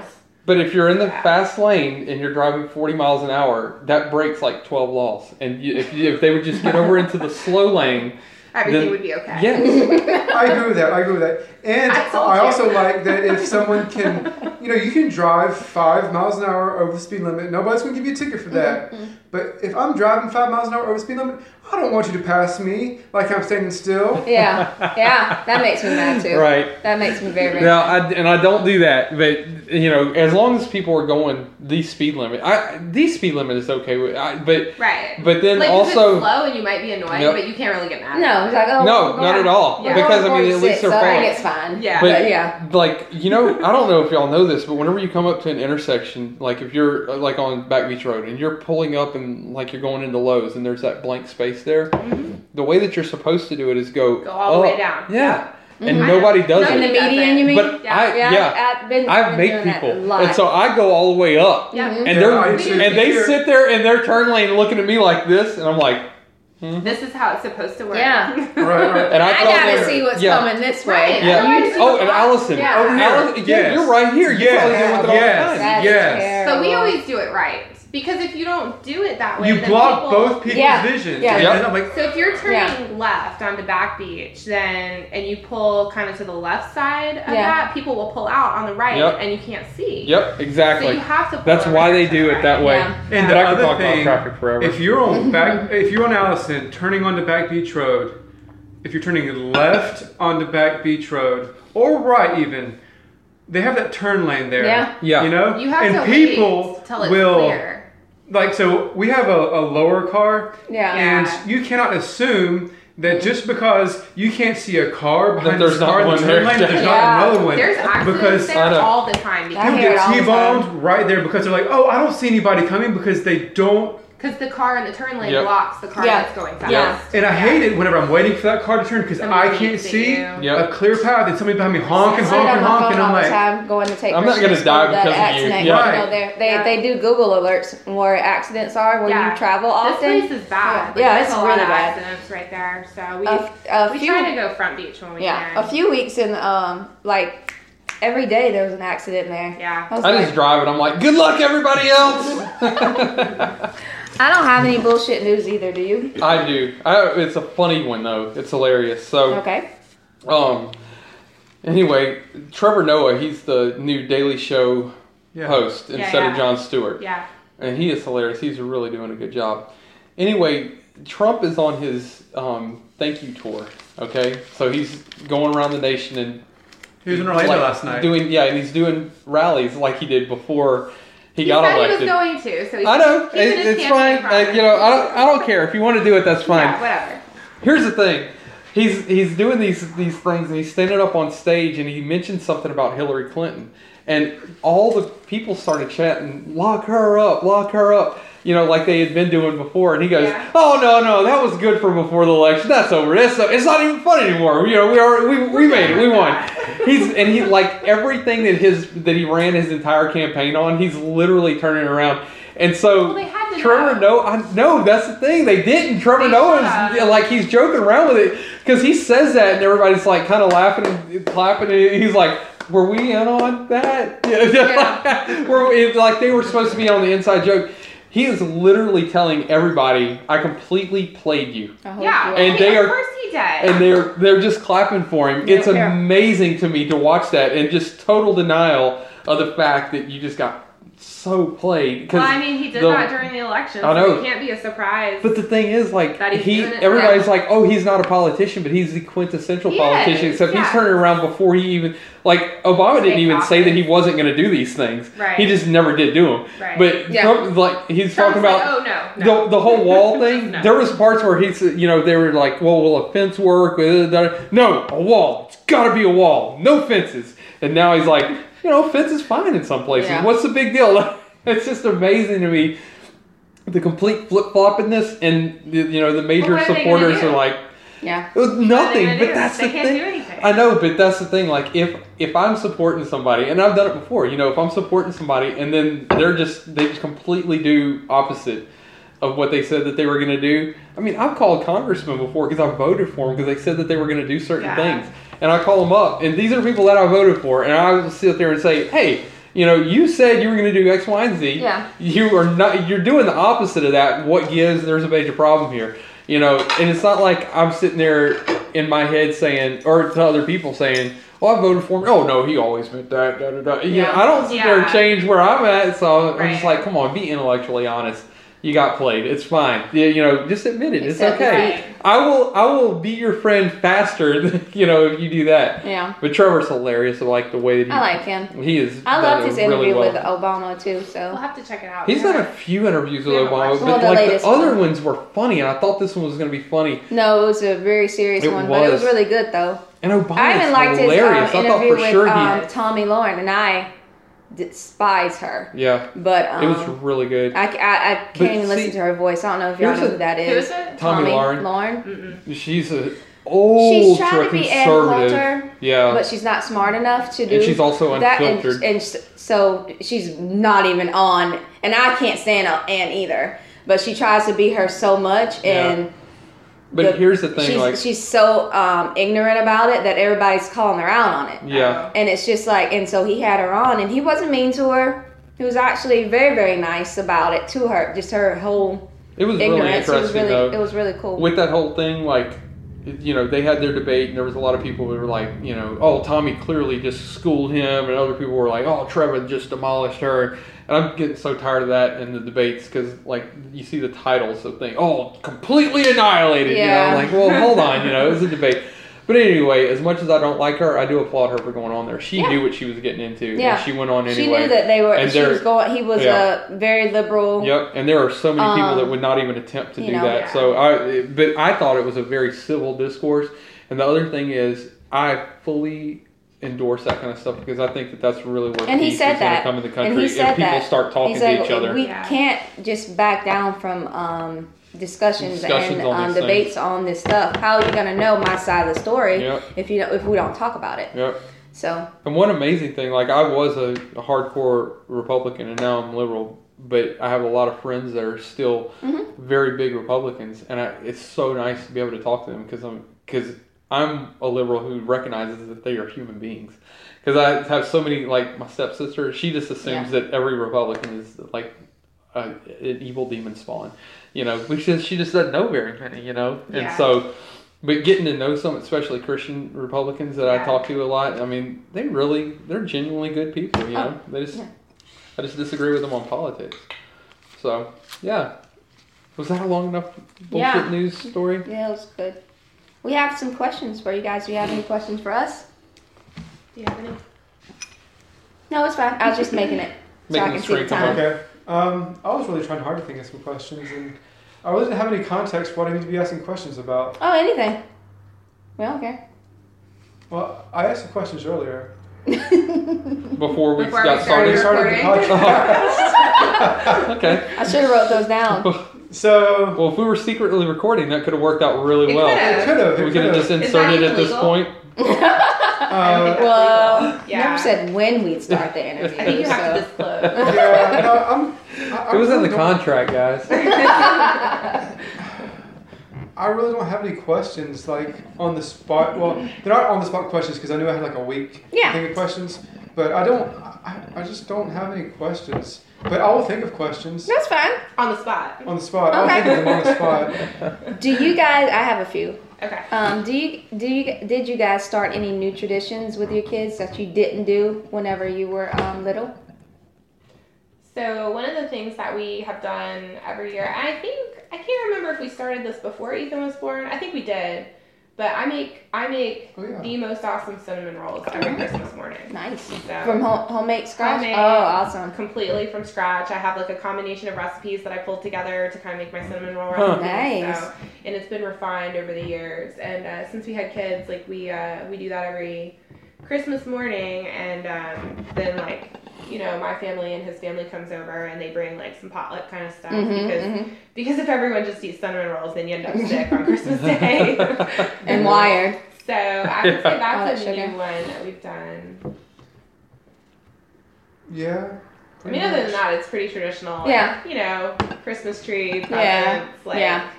But if you're in the
Yeah.
fast lane and you're driving 40 miles an hour, that breaks like 12 laws. And you, if, you, if they would just get over into the slow
(laughs)
lane,
Everything
Then-
would be okay.
Yes.
I agree with that. I agree with that. And
I told
I
you.
also like that if someone
(laughs)
can, you know, you can drive five miles an hour over the speed limit. Nobody's going to give you a ticket
Mm-hmm,
for that. But if I'm driving five miles an hour over the speed limit, I don't want you to pass me like I'm standing still.
(laughs)
Yeah, yeah. That makes me mad too.
Right.
That makes me very, very
Now, I, and I don't do that, but you know, as long as people are going the speed limit, I the speed limit is okay. With, I, but
Right.
but then
like, if
also
it's slow and you might be annoyed,
Yep.
but you can't really get mad.
No, it's like, oh, we're
no, not
going-
at all.
we're
Because
going
I mean, at
46,
least they're
so I
fast.
think it's fine.
Yeah.
But,
But yeah.
like you know, I don't know if y'all know this, but whenever you come up to an intersection, like if you're uh, like on Back Beach Road and you're pulling up and like you're going into Lowe's and there's that blank space there, the way that you're supposed to do it is go
Go all the way
up.
down.
Yeah, Oh. and
Mhm.
nobody does
No,
it.
In the
Does it.
median, you mean?
But
Yeah.
I, yeah,
I've, I've been.
I
been
make
doing that
people,
a lot.
and so I go all the way up,
Yeah.
Mhm.
and
Yeah,
they're
I
do too.
and they
Here.
sit there in their turn lane looking at me like this, and I'm like,
This is how it's supposed to work. (laughs)
Yeah.
Right, right.
and I,
I
tell
gotta
them,
see what's
yeah,
coming this way.
Right.
Yeah.
Otherwise you
oh,
go
and
up.
Allison,
Yeah.
oh,
Over
here.
Allison, yeah,
Yes.
you're right here. You
Yes.
probably deal with it all the
Yes.
time.
That is
Yes.
terrible.
So we always do it right because if you don't do it that way,
You
then
block
people-
both people's
Yeah.
vision.
Yeah.
And
Yep.
then I'm like,
So if you're turning
Yeah.
left onto Back Beach, then and you pull kind of to the left side of
Yeah.
that, people will pull out on the right,
Yep.
and you can't see.
Yep,
So you
exactly.
have to. Pull
That's
over
why they
to the
do it
right.
that way.
Yeah.
And
But
the
I could
other
talk
thing,
about traffic forever.
If you're
(laughs)
on back, if you're on Allison turning onto Back Beach Road, if you're turning left onto Back Beach Road or right even, they have that turn lane there.
Yeah.
Yeah.
You know,
You have
and
to
people
wait till it's
will
clear.
like so. We have a, a lower car,
Yeah.
and
Yeah.
you cannot assume. That just because you can't see a car behind
there's
this
not
car in
one
the
there.
turn lane, there's
Yeah.
not another one.
There's accidents
because
I
there
know.
all the time.
I
People
Because
hear it
get
all the
T-boned right there because they're like, oh, I don't see anybody coming because they don't
Because the car in the turn lane
Yep.
blocks the car
Yeah.
that's going fast.
Yeah.
And I hate it whenever I'm waiting for that car to turn because
Somebody
I can't
beeps at
see
you.
Yep.
a clear path. And somebody behind me honking,
I on my
honking,
phone
honking. I'm
all the
like,
time going to take
I'm not
pictures
gonna die
of that
because of you.
accident.
Yeah.
You know, they're- they,
Yeah.
they do Google alerts where accidents are when
Yeah.
you travel
This
often.
place is bad.
Yeah,
Like,
it's
there's a lot
really
of
bad.
accidents right there. So we
a, a
we
few
try to go front beach when we
yeah, a
can.
few weeks in um like every day there was an accident there.
yeah.
I, was
I
like,
just drive it. I'm like, good luck, everybody else.
I don't have any bullshit news either. Do you?
(laughs) I do. I, it's a funny one though. It's hilarious. So,
Okay.
um, anyway, Trevor Noah, he's the new Daily Show
yeah.
host
Yeah,
instead
yeah.
of Jon Stewart,
Yeah.
and he is hilarious. He's really doing a good job. Anyway, Trump is on his um, thank you tour. Okay, so he's going around the nation and
He was in Orlando
like,
last night.
Doing yeah, and he's doing rallies like he did before he,
He
got
said
elected.
he was going to, so he's
I know.
keeping
It,
his
it's
campaign
fine.
promise.
Uh, you know, I don't, I don't care. If you want to do it, that's fine.
Yeah, whatever.
Here's the thing. He's he's doing these these things and he's standing up on stage and he mentioned something about Hillary Clinton and all the people started chanting lock her up lock her up you know like they had been doing before and he goes
Yeah.
oh no no that was good for before the election that's over that's so, it's not even fun anymore you know we are we, we made it we won he's and he like everything that his that he ran his entire campaign on he's literally turning around and so
Well, they had to
Trevor
know.
Noah, I, no, that's the thing. They didn't. Trevor
They
Noah's
should've.
like he's joking around with it because he says that, and everybody's like kind of laughing and clapping. And he's like, "Were we in on that? (laughs)
Yeah.
Were we, it's like they were supposed to be on the inside joke." He is literally telling everybody, "I completely played you,"
I hope
Yeah.
you
And
he-
they
of
are-
course he did.
and they're they're just clapping for him.
They
It's
don't care.
amazing to me to watch that and just total denial of the fact that you just got so played. 'Cause-
well, I mean, he did
the-
that during the election,
I know.
so it can't be a surprise.
But the thing is, like
That he's
he,
doing it
everybody's
now.
like, oh, he's not a politician, but he's the quintessential
He
politician.
is,
except he's
yeah.
turning around before he even, like, Obama didn't
Take
even
office.
say that he wasn't going to do these things.
Right.
He just never did do them.
Right.
But
Yeah.
Trump, like, he's
Trump's
talking
like,
about.
oh no, no.
The, the whole wall thing.
(laughs) No.
There was parts where he said, you know, they were like, "Well, will a fence work?" Uh, da- No, a wall. It's got to be a wall. No fences. And now he's like, you know, fence is fine in some places.
Yeah.
What's the big deal? (laughs) It's just amazing to me the complete flip floppingness, and the, you know, the major
what are they gonna
supporters
do?
are like,
Yeah.
"It was nothing.
gonna
But
do?
that's
They
the
can't
thing.
do anything.
I know, but that's the thing. Like, if if I'm supporting somebody, and I've done it before, you know, if I'm supporting somebody, and then they're just they just completely do opposite of what they said that they were going to do. I mean, I've called congressmen before because I voted for them because they said that they were going to do certain
Yeah.
things, and I call them up, and these are people that I voted for, and I will sit there and say, hey. You know, you said you were going to do X, Y, and Z.
Yeah.
You are not. You're doing the opposite of that. What gives? There's a major problem here. You know, and it's not like I'm sitting there in my head saying, or to other people saying, "Well, I voted for him." Oh no, he always meant that. Da, da, da. You know,
Yeah.
I don't sit there and
Yeah.
change where I'm at. So I'm just
Right.
like, come on, be intellectually honest. You got played. It's fine. Yeah, you know, just admit it. It's
Accept
okay.
defeat.
I will. I will be your friend faster. (laughs) Than, you know, if you do that.
Yeah.
But Trevor's hilarious. I like the way that he.
I like him.
He is.
I
done
loved
it
his
really
interview
well.
with uh, Obama too.
We'll
So
have to check it out.
He's
Yeah.
done a few interviews with
Yeah,
Obama,
watch
but
Well, the
like the
latest
other
one.
ones were funny, and I thought this one was gonna be funny.
no, it was a very serious
It
one, but it was
was.
really good though.
And Obama
I even liked his um,
hilarious. I thought
interview
for
with
sure
um, Tommy Lauren, and I despise her.
he. Yeah,
But um, uh,
it was really good.
I, I, I can't
But
even
see-
listen to her voice. I don't know if y'all
here's
know
the-
who that
Who
is.
is it?
Tommy Lauren.
Lauren.
Mm-mm.
She's a
She's
ultra
trying to be Ann
conservative.
Coulter,
yeah,
but she's not smart enough to do.
Oh. and she's also
that, and,
unfiltered.
and s- so she's not even on. And I can't stand Anne either. But she tries to be her so much,
Yeah.
and
but
the-
here's the thing,
she's,
like,
she's so um, ignorant about it that everybody's calling her out on it.
yeah,
And it's just like, and so he had her on, and he wasn't mean to her. He was actually very, very nice about it to her. Just her whole
it was really
ignorance.
interesting
it was really,
though.
it was really cool.
with that whole thing, like, you know, they had their debate, and there was a lot of people who were like, you know, oh, Tommy clearly just schooled him, and other people were like, oh, Trevor just demolished her. And I'm getting so tired of that in the debates because, like, you see the titles of things, oh, completely annihilated.
Yeah.
You know, like, well, hold on, you know, it was a debate. But anyway, as much as I don't like her, I do applaud her for going on there. She
Yeah.
knew what she was getting into,
Yeah.
and she went on anyway.
she knew that they were.
And
she
they're-
was going. He was
yeah.
a very liberal.
Yep, and there are so many people
Um,
that would not even attempt to
you
do
know,
that.
yeah.
So I, but I thought it was a very civil discourse. And the other thing is, I fully endorse that kind of stuff because I think that that's really where
And he
peace
said
is going to
that.
come in the country
And he said
if people
that.
start talking
He's like,
to each other.
We
Yeah.
can't just back down from um, discussions,
Discussions
and
on
um,
these
debates on this stuff. How are you gonna know my side of the story
Yep.
if you don't, if we don't talk about it?
Yep.
So
And one amazing thing, like I was a, a hardcore Republican and now I'm liberal, but I have a lot of friends that are still
Mhm.
very big Republicans, and I, it's so nice to be able to talk to them because I'm because I'm a liberal who recognizes that they are human beings. Because I have so many like my stepsister, she just assumes that every Republican is like a, an evil demon spawn, you know. Which is she just doesn't know very many, you know. And
Yeah.
so, but getting to know some, especially Christian Republicans that I
Yeah.
talk to a lot, I mean, they really they're genuinely good people, you
Oh,
know. They just
yeah.
I just disagree with them on politics. So yeah, was that a long enough bullshit
Yeah.
news story?
yeah, it was good. We have some questions for you guys. Do you have any questions for us?
Do you have any?
No, it's fine. I was just making
(laughs)
it so
Making
I can see
the
the
string come
time.
up.
Okay. Um, I was really trying hard to think of some questions, and I really didn't have any context for what I need to be asking questions about.
Oh, anything. We don't care.
Well, I asked some questions earlier.
Before we
Before we
got
When
started.
started.
we started the
Recording.
(laughs)
podcast.
Okay.
I should have wrote those
(laughs)
down.
so
Well, if we were secretly recording, that could have worked out really
It
well.
could've.
it could have.
We could have just
that
inserted at this
illegal?
point.
I don't think
Uh,
that's
Well,
legal.
You Never said when we'd start
(laughs)
the interview.
I think you have to
so. (laughs)
disclose.
yeah, no, I'm, I, I
It was in
really
the
don't-
contract, guys.
(laughs)
I really don't have any questions like on the spot. Well, they're not on the spot questions because I knew I had like a week
Yeah.
thing of questions, but I don't. I, I just don't have any questions. But I will think of questions
That's fine.
On the spot.
on the spot. I'll think of them on the
(laughs)
spot.
Do you guys? I have a few.
Okay.
Um, do you do you did you guys start any new traditions with your kids that you didn't do whenever you were um, little?
So one of the things that we have done every year, and I think I can't remember if we started this before Ethan was born. I think we did, but I make I make
Oh yeah.
the most awesome cinnamon rolls every Christmas morning.
Nice
So
from home, homemade scratch.
Homemade.
Oh, awesome!
completely from scratch. I have like a combination of recipes that I pulled together to kind of make my cinnamon roll
Huh.
recipes.
Nice.
So, and it's been refined over the years. And uh, since we had kids, like we uh, we do that every Christmas morning, and um, then like you know my family and his family comes over and they bring like some potluck kind of stuff
Mhm,
Mm-hmm, because
mhm.
because if everyone just eats cinnamon rolls, then you
(laughs)
end up sick on Christmas Day. (laughs)
And wired.
So I would say that's
Oh,
a new
sugar.
one that we've done.
Yeah.
I mean, other than that, it's pretty traditional. like,
Yeah.
You know, Christmas tree, presents,
Yeah.
like
Yeah.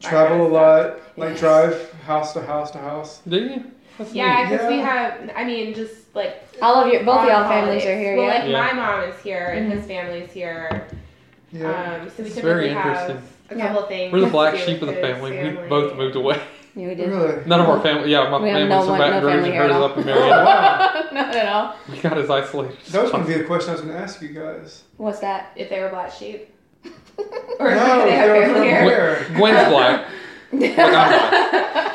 travel a lot, like
Yes.
drive house to house to house.
Do you? That's
Yeah,
neat.
because we
Yeah.
have. I mean, just like
All of your, both of
on
y'all families
holidays.
are here.
Well,
Yeah. Mm-hmm.
like
Yeah.
my mom is here and his family's here.
Yeah.
Um, so we
It's
typically
very
have
interesting.
a
Yeah.
couple of things.
We're the
to
black
do with
sheep of the
his
family. We both moved away. (laughs)
You did.
really.
None of our family. Yeah, my
We have
family's
no
from
one-
Baton
no
Rouge
family
and
here
hers
at all.
up in
Oh,
Marion.
(laughs) wow.
(laughs) Not at all.
(laughs) We got as isolated. as
That was gonna
possible.
be the question I was gonna ask you guys.
What's that?
If they were black
(laughs)
sheep, or if (laughs)
no,
they had
they're
family
from
here.
where?
Gwen's black. Like, I'm black.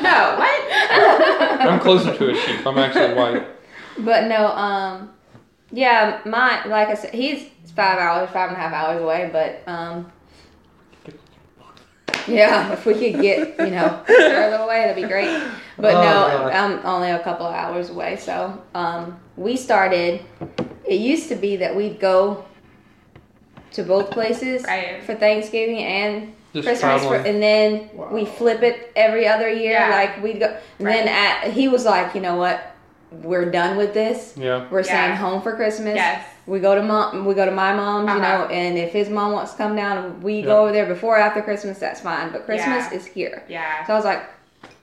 (laughs)
No, what?
I'm closer to a sheep. I'm actually white.
But no, um, yeah, my like I said, he's five hours, five and a half hours away. But um, yeah, if we could get you know further away, that'd be great. But
Oh,
no,
God.
I'm only a couple of hours away. So um, we started. It used to be that we'd go to both places
Right.
for Thanksgiving and
Just
Christmas, for,
traveling.
and then
Wow.
we flip it every other year.
Yeah.
Like we go, and
Right.
then at, he was like, you know what, we're done with this.
yeah.
We're
Yeah.
staying home for Christmas.
(laughs) Yes.
We go to mom, we go to my mom's, you
Uh-huh.
know, and if his mom wants to come down, we
Yeah.
go over there before or after Christmas. That's fine, but Christmas
Yeah.
is here.
Yeah.
So I was like,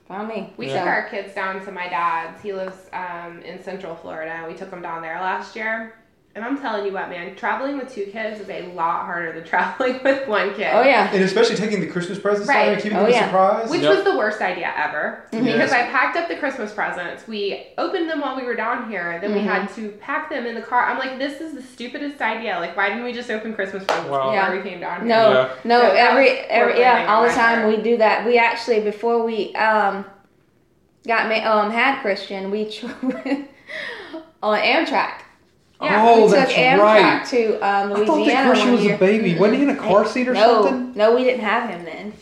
fine with me.
We
So-
took our kids down to my dad's. He lives um, in Central Florida. We took them down there last year. And I'm telling you what, man, traveling with two kids is a lot harder than (laughs) traveling with one kid.
Oh yeah.
And especially taking the Christmas presents out
Right.
and keeping
Oh,
them
yeah.
a surprise.
Which
Yep.
was the worst idea ever
Mm-hmm.
Mhm.
because
Yes.
I packed up the Christmas presents. We opened them while we were down here. Then we
Mhm.
had to pack them in the car. I'm like, this is the stupidest idea. Like, why didn't we just open Christmas presents
Wow.
before
Yeah.
we came down here?
No,
Yeah.
no,
So that
every
was
every
horrible
yeah,
thing
all the
right
time
there.
we do that. We actually before we um got ma- um had Christian, we tr- (laughs) on Amtrak.
Yeah,
oh,
we took
that's
Amtrak
right.
to um,
I thought
Louisiana
that Christian
one
was
year.
a baby. Wasn't he in a car seat or
no,
something?
no, we didn't have him then.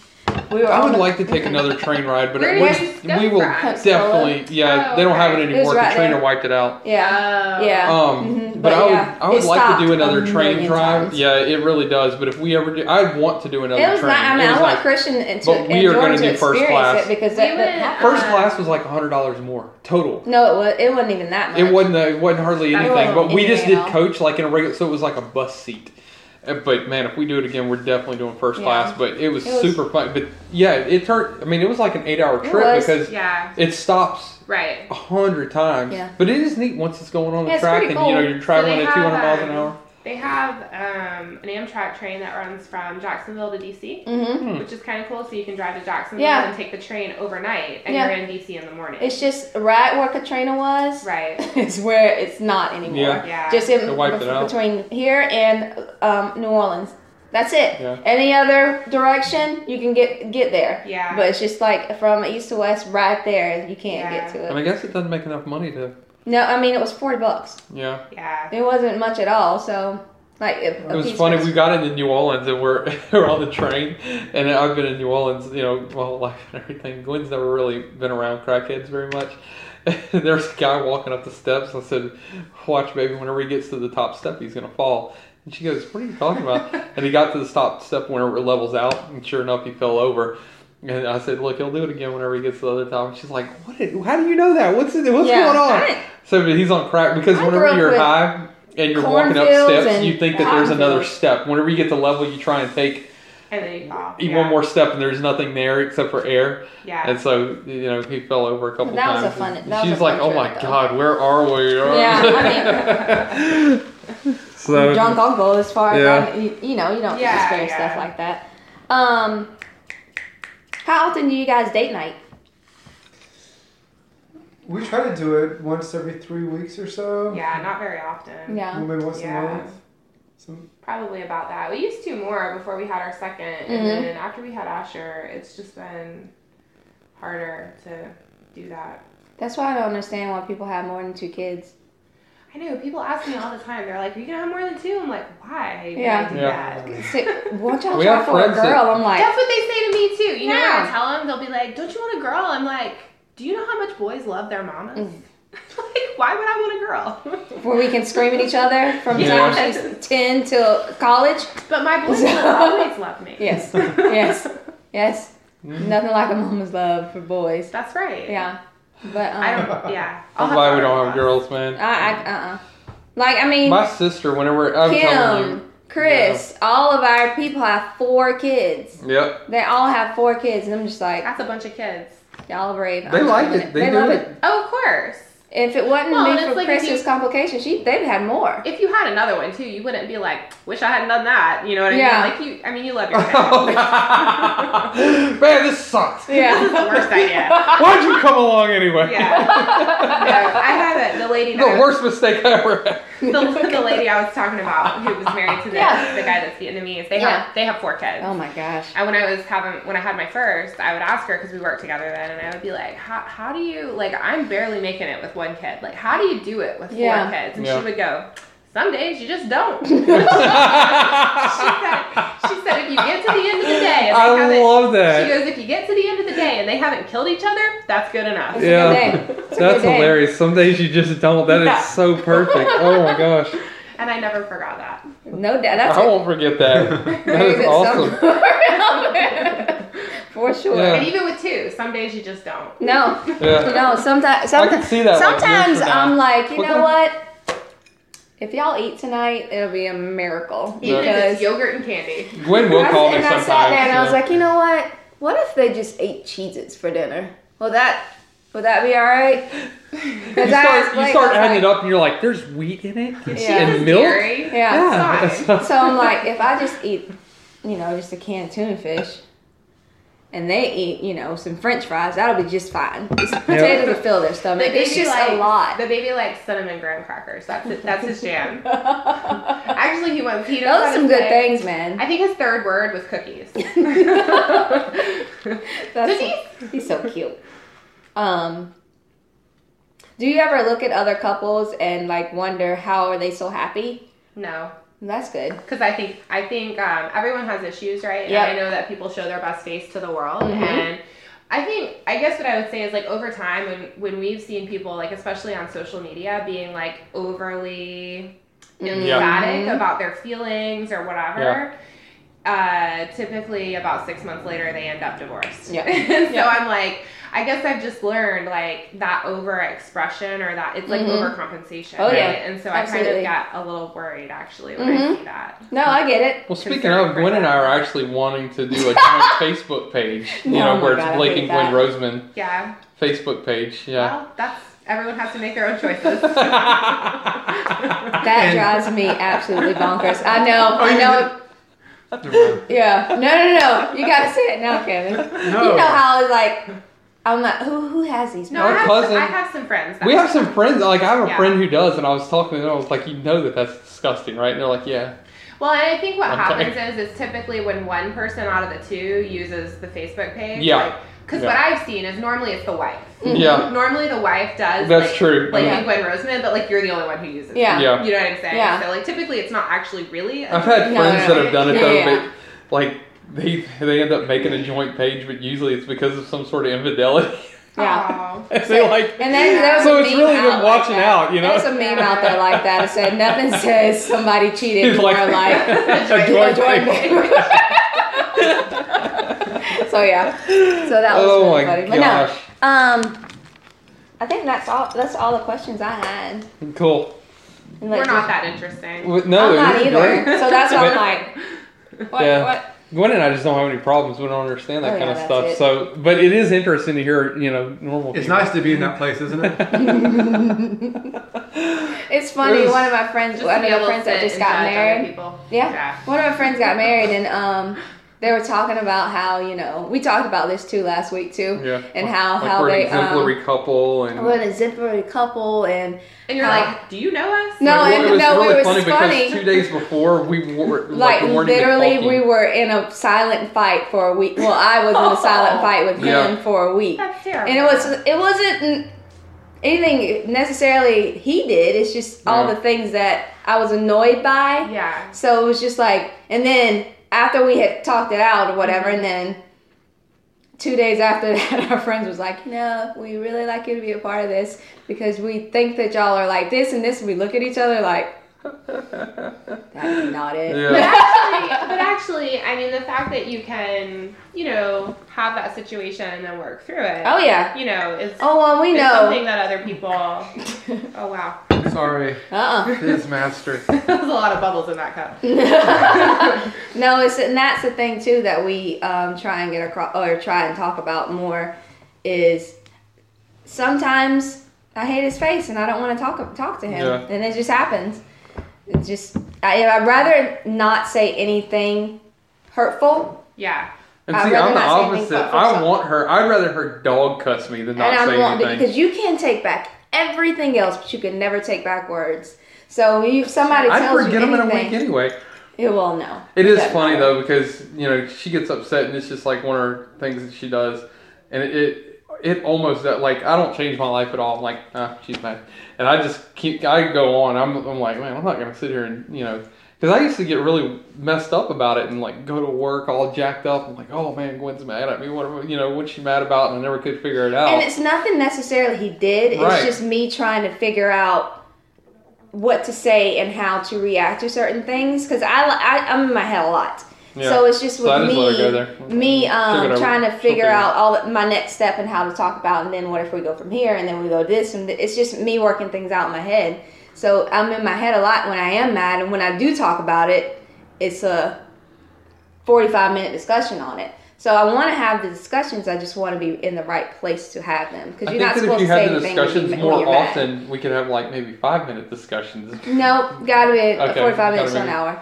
We were
I
on
would
the-
like to take another train ride, but
Where
it
did
was,
you go
we will
from?
definitely. Yeah,
Oh,
they don't have it
okay.
was
anymore.
right
the trainer
there.
wiped it out.
Yeah.
Oh.
Yeah.
Um,
Mhm,
but,
but
I would,
yeah,
I would
it
like to
stopped
do
a
another train
million
drive.
times.
Yeah, it really does. But if we ever do, I want to do
Uh,
another
It was
train.
not. I
It
mean,
was
I want
like-
Christian and to,
but
and
we are
Jordan
gonna
to
do first
experience
class.
it because that,
We
that
went-
happened.
first
uh,
class was like hundred dollars more total.
No, it was. It wasn't even that much.
It wasn't it wasn't hardly
That
anything.
wasn't
But we just did
anything at
coach like in a regular, so it was like a bus seat. Uh, But man, if we do it again, we're definitely doing first
Yeah.
class. But it was,
It was-
super fun. But yeah, it turned. I mean, it was like an eight-hour
It
trip
was.
because
Oh, Yeah.
it stops
Right.
a hundred times.
Yeah.
But it is neat once it's going on the
Yeah, it's
track
pretty
and you know
cool.
you're traveling
they
at two hundred
have,
miles an
uh,
um,
hour.
They have um, an Amtrak train that runs from Jacksonville to DC,
Mm-hmm.
Hmm.
which is kind of cool. So you can drive to Jacksonville
Yeah.
and take the train overnight, and
Yeah.
you're in DC in the morning.
It's just right where Katrina was. (laughs)
right.
It's where it's not anymore.
Yeah.
Yeah.
Just in
They wiped it out.
between here and um, New Orleans. That's it.
Yeah.
Any other direction you can get get there,
yeah.
but it's just like from east to west, right there. You can't
Yeah.
get to it.
And I guess it doesn't make enough money to.
no, I mean it was forty bucks.
Yeah,
yeah.
It wasn't much at all. So like a,
it
a
was
piece
funny.
(laughs) was-
We got into New Orleans and we're (laughs) we're on the train, and I've been in New Orleans, you know, my whole life and everything. Gwen's never really been around crackheads very much. (laughs) There's a guy walking up the steps. I said, "Watch, baby. Whenever he gets to the top step, he's gonna fall." And she goes, "What are you talking about?"
(laughs)
and he got to the top step whenever it levels out, and sure enough, he fell over. And I said, "Look, he'll do it again whenever he gets to the other top." And she's like, "What? Did, how do you know that? What's it, what's
Yeah.
going on?"
I didn't-
So but he's on crack because
I grew
whenever
up
you're
with
high and you're walking up
cornfields
steps,
and
you think that there's another
cornfields.
step. Whenever you get the level, you try and take
And then you fall.
e-
yeah.
one more step, and there's nothing there except for air.
Yeah.
And so you know he fell over a couple
That was
times.
a fun-
and
that was
she's
a fun
like, "Oh my
trip, though."
god, where are we?" (laughs)
Yeah, (laughs)
I mean. so
drunk uncle as far
Yeah.
as I, you, you know you don't
Yeah,
experience
yeah.
stuff like that um how often do you guys date night
We try to do it once every three weeks or so.
Yeah, not very often.
yeah
Well, Maybe once
Yeah.
a month. Some,
Probably about that. We used to more before we had our 2nd
Mhm.
and then after we had Asher, it's just been harder to do that.
that's why i don't understand why people have more than two kids
I know people ask me all the time. They're like, "Are you gonna have more than two? I'm like, "Why? would
Yeah.
I do
Yeah.
that?"
so,
(laughs)
won't y'all
We
try
have
for a
friends that-
girl i'm like
That's what they say to me too. You know, when I
Yeah.
tell them, they'll be like, "Don't you want a girl?" I'm like, "Do you know how much boys love their mamas?
Mm.
(laughs) like, why would I
(laughs)
want a girl?"
where we can scream at each other from
Yeah.
time she's 10 till college
but my boys will always love me. (laughs)
(laughs)
Yes. Yes. yes
Mm-hmm.
nothing like a mama's love for boys
That's right.
yeah but um,
I don't. Yeah. I'll
I'm
have
glad we don't
daughter-in-law.
have girls, man.
I, I uh-uh like i mean
My sister, whenever I'm telling you,
Kim, Chris, all of our people have four kids.
yep,
They all have four kids, and I'm just like,
That's a bunch of kids.
y'all brave.
they
I'm
like
loving
it. They, do
Oh, love
it.
Oh, of course.
If it wasn't
Well, and
me
it's
for
like if
Chris's
you-
complication, she they'd had more.
If you had another one too, you wouldn't be like, "Wish I hadn't done that." You know what I
Yeah.
mean? Like you. I mean, you love your
(laughs)
family.
Man, this sucks.
this is the
Yeah. (laughs)
worst idea.
Why'd you come along anyway?
Yeah. No, I had a, the
(laughs)
lady.
the
that I was-
worst mistake I ever had.
(laughs)
(laughs) the, the lady I was talking about who was married to the,
Yeah.
the guy that's Vietnamese. They
Yeah.
have they have four kids.
Oh my gosh.
And when I was having when I had my first, I would ask her because we worked together then, and I would be like, "How how do you like? I'm barely making it with one kid. Like, how do you do it with four
Yeah.
kids?" And
Yeah.
she would go. Some days you just
(laughs)
don't. (laughs) she, said, she said, if you get to the end of the day, and they
I
haven't,
love that.
she goes, if you get to the end of the day and they haven't killed each other, that's good enough.
It's
Yeah.
a good day. It's a
That's
good day.
hilarious. Some days you just don't. That is
Yeah.
so perfect. Oh my gosh.
And I never forgot that.
No doubt. That's
I
a
won't forget that. That
very
is
good
awesome.
summer. (laughs) for sure.
Yeah.
And even with two, some days you just don't.
No,
Yeah.
(laughs) no. Sometimes,
I can
sometimes,
see that. like, years
sometimes
from now.
I'm like, you
What
know
the-
what? If y'all eat tonight, it'll be a miracle
Even if
because
it's yogurt and candy.
Gwen will
I-
call me
and I
sometimes.
sat there and I was
so-
like, you know what? What if they just ate Cheez-Its for dinner? Will that will that be all right?
you start, you start adding it up, and you're like, "There's wheat in it
She
Yeah.
is
and milk."
dairy.
Yeah.
(laughs) Yeah.
It's
So I'm like, if I just eat, you know, just a can of tuna fish, and they eat, you know, some French fries, that'll be just fine. It's potatoes to fill their
The
stomach.
baby
It's just
likes,
a lot.
(laughs) The baby likes cinnamon graham crackers. That's it, that's his
(laughs)
jam. Actually, he wants. He
Those are
knows
some good things, man.
I think his third word was
(laughs)
cookies.
That's
Cookies?
He's so cute. Um, do you ever look at other couples and like wonder how are they so happy?
no,
That's good.
because I think I think um, everyone has issues, right?
Yep.
And I know that people show their best face to the world,
Mhm.
and I think I guess what I would say is like over time when when we've seen people like especially on social media being like overly
Mm-hmm.
emphatic
Mhm.
about their feelings or whatever. Uh, typically, about six months later, they end up divorced.
Yep.
(laughs) so
Yep.
I'm like, I guess I've just learned like that overexpression or that it's like
Mhm.
overcompensation.
Oh, yeah.
right? And so
Absolutely.
I kind of got a little worried actually when I
Mhm.
see that.
No, I get it.
Well, speaking
Consider
of,
for
Gwen and I
that.
are actually wanting to do a
(laughs)
joint Facebook page. You
No, oh
know,
my
where
God, I
it's Blake
hate
and Gwen
that.
Roseman
Yeah.
Facebook page. Yeah.
Well, that's everyone has to make their
(laughs)
own choices.
That
And- (laughs)
drives me absolutely bonkers. I know.
(laughs) Oh,
I
you
know. Yeah. No, no, no. You gotta say it now, Kevin.
No.
You know how I was like, I'm like, who who has these?
no,
Our
I have,
cousin-
Some, I have some friends. that-
We have some friends, like I have a
Yeah.
friend who does, and I was talking to them, I was like, you know that that's disgusting, right? And they're like, yeah.
Well, and I think what
Okay.
happens is is typically when one person out of the two uses the Facebook page.
Yeah.
Because
Yeah.
what I've seen is normally it's the wife.
Mhm.
Yeah.
Normally the wife does.
That's
like,
true.
Like
Yeah.
in Gwen Roseman, but like you're the only one who uses. it.
Yeah.
Yeah.
You know what I'm saying?
Yeah.
So like typically it's not actually really. a
I've had
No,
friends
no,
that have done it
yeah,
though,
yeah.
but like they they end up making a joint page, but usually it's because of some sort of infidelity. (laughs)
Yeah.
Aw.
they like
And then there was
So
a
it's
meme
really
out
been
like
watching
that.
out, you know? (laughs)
There's a meme out there like that. It said nothing says somebody cheated
It's
more
like
like
(laughs) a
you know,
joint
joint
page.
page. (laughs) so yeah, so (laughs) that was
Oh
really
my
funny. But
gosh.
no, um, I think that's all. That's all the questions I had.
Cool.
And,
We're
like,
not that interesting.
Well, No,
I'm not
this is
either.
great.
So that's
(laughs)
why I'm
But
like, what?
Yeah.
What?
Gwen and I just don't have any problems. We don't understand that
Oh,
kind
yeah,
of stuff.
that's it.
So, but it is interesting to hear, you know, normal.
It's
people.
nice to be in that place,
(laughs)
isn't it?
It's funny.
There's-
one of my friends,
Just
one of
to be
my
able to
friends that
sit
just
and
got
judge other
married.
people.
Yeah.
Yeah.
One of my friends got married and um they were talking about how, you know, we talked about this too last week too.
Yeah.
And how
like
how
we're
they
an exemplary couple and.
um we're an exemplary couple and
And you're
Huh.
like, do you know us?
Uh-huh. No,
Like,
and-
it was
no,
really
it was
funny,
funny.
because two days before we were
like,
like, we weren't even
literally
talking.
we were in a silent fight for a week. Well, I was in a (laughs) silent fight with
Yeah.
him for a week.
That's terrible.
And it was it wasn't anything necessarily he did. It's just all
Yeah.
the things that I was annoyed by. (laughs)
Yeah.
So it was just like, and then after we had talked it out or whatever, and then two days after (laughs) that, our friends was like, you know, we really like you to be a part of this because we think that y'all are like this and this, and we look at each other like, that's not it.
(laughs) Yeah.
But actually, but actually, I mean, the fact that you can, you know, have that situation and then work through it.
Oh yeah.
You know, is,
Oh well, we
is something
know.
that
(laughs)
other people. Oh wow, (laughs)
Sorry,
Uh
his master.
there's a lot of bubbles in that cup.
uh (laughs) no, it's and that's the thing too that we um, try and get across or try and talk about more is sometimes I hate his face and I don't want to talk talk to him,
Yeah.
and it just happens. It just I, I'd rather not say anything hurtful,
Yeah.
And
I'd
see,
rather
I'm the
not say anything
opposite.
thoughtful,
I
so-
want her. I'd rather her dog cuss me than not
and I
say
want
anything.
because you can take back everything else, but you can never take back words. So you somebody tells
I'd
you
forget him in a
anything,
week anyway.
it will know.
It is
doesn't
funny
matter.
though because you know she gets upset and it's just like one of her things that she does, and it it, it almost that like I don't change my life at all. I'm like ah she's mad, and I just keep I go on. I'm I'm like man I'm not gonna sit here and you know because I used to get really messed up about it and like go to work all jacked up. I'm like oh man Gwen's mad at me. What you know what's she mad about? And I never could figure it out.
And it's nothing necessarily he did.
Right.
It's just me trying to figure out what to say and how to react to certain things because I, I I'm in my head a lot.
Yeah.
So it's just
So
with
I just
me,
let her go there.
me
She'll get
um,
over
trying
it.
to
She'll
figure
figure it
out all that, my next step and how to talk about, and then what if we go from here, and then we go this, and th- it's just me working things out in my head. So I'm in my head a lot when I am mad, and when I do talk about it, it's a 45 minute discussion on it. So I want to have the discussions. I just want to be in the right place to have them
I
because
think
you're not
that if
supposed
you
to say
had the
anything when you-
discussions
when
more
you're mad.
often, we could have like maybe five minute discussions.
Nope, gotta be a
Okay,
45 minutes
gotta
to an
be-
hour.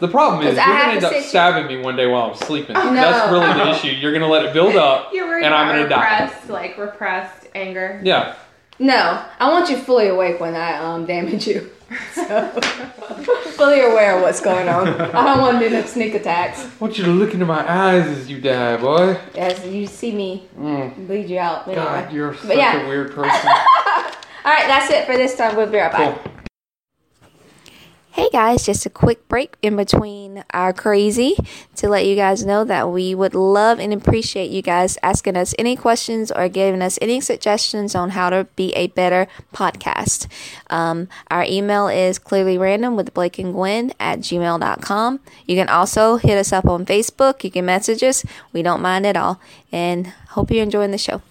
The problem is
'Cause I
you're gonna
have
end
to
up
sit-
stabbing me one day while I'm sleeping.
No.
That's really the issue. You're gonna let it build up,
You're worried
and I'm
about
gonna die.
repressed, like repressed
(laughs)
anger.
Yeah,
No, I want you fully awake when I um, damage you. (laughs) So, fully aware of what's going on. I don't want to do no sneak attacks.
I want you to look into my eyes as you die, boy.
As you see me
Mm.
bleed you out. But
God,
anyway.
you're such
yeah. (laughs)
a weird person.
All right, that's it for this time. We'll be right back.
Cool.
Hey guys, just a quick break in between our crazy to let you guys know that we would love and appreciate you guys asking us any questions or giving us any suggestions on how to be a better podcast. Um, our email is clearly random with Blake and Gwen at gmail.com. You can also hit us up on Facebook. You can message us. We don't mind at all. And hope you're enjoying the show.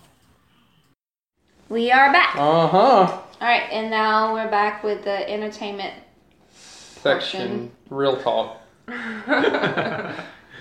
We are back.
Uh huh.
All right, and now we're back with the entertainment.
Section. Real talk.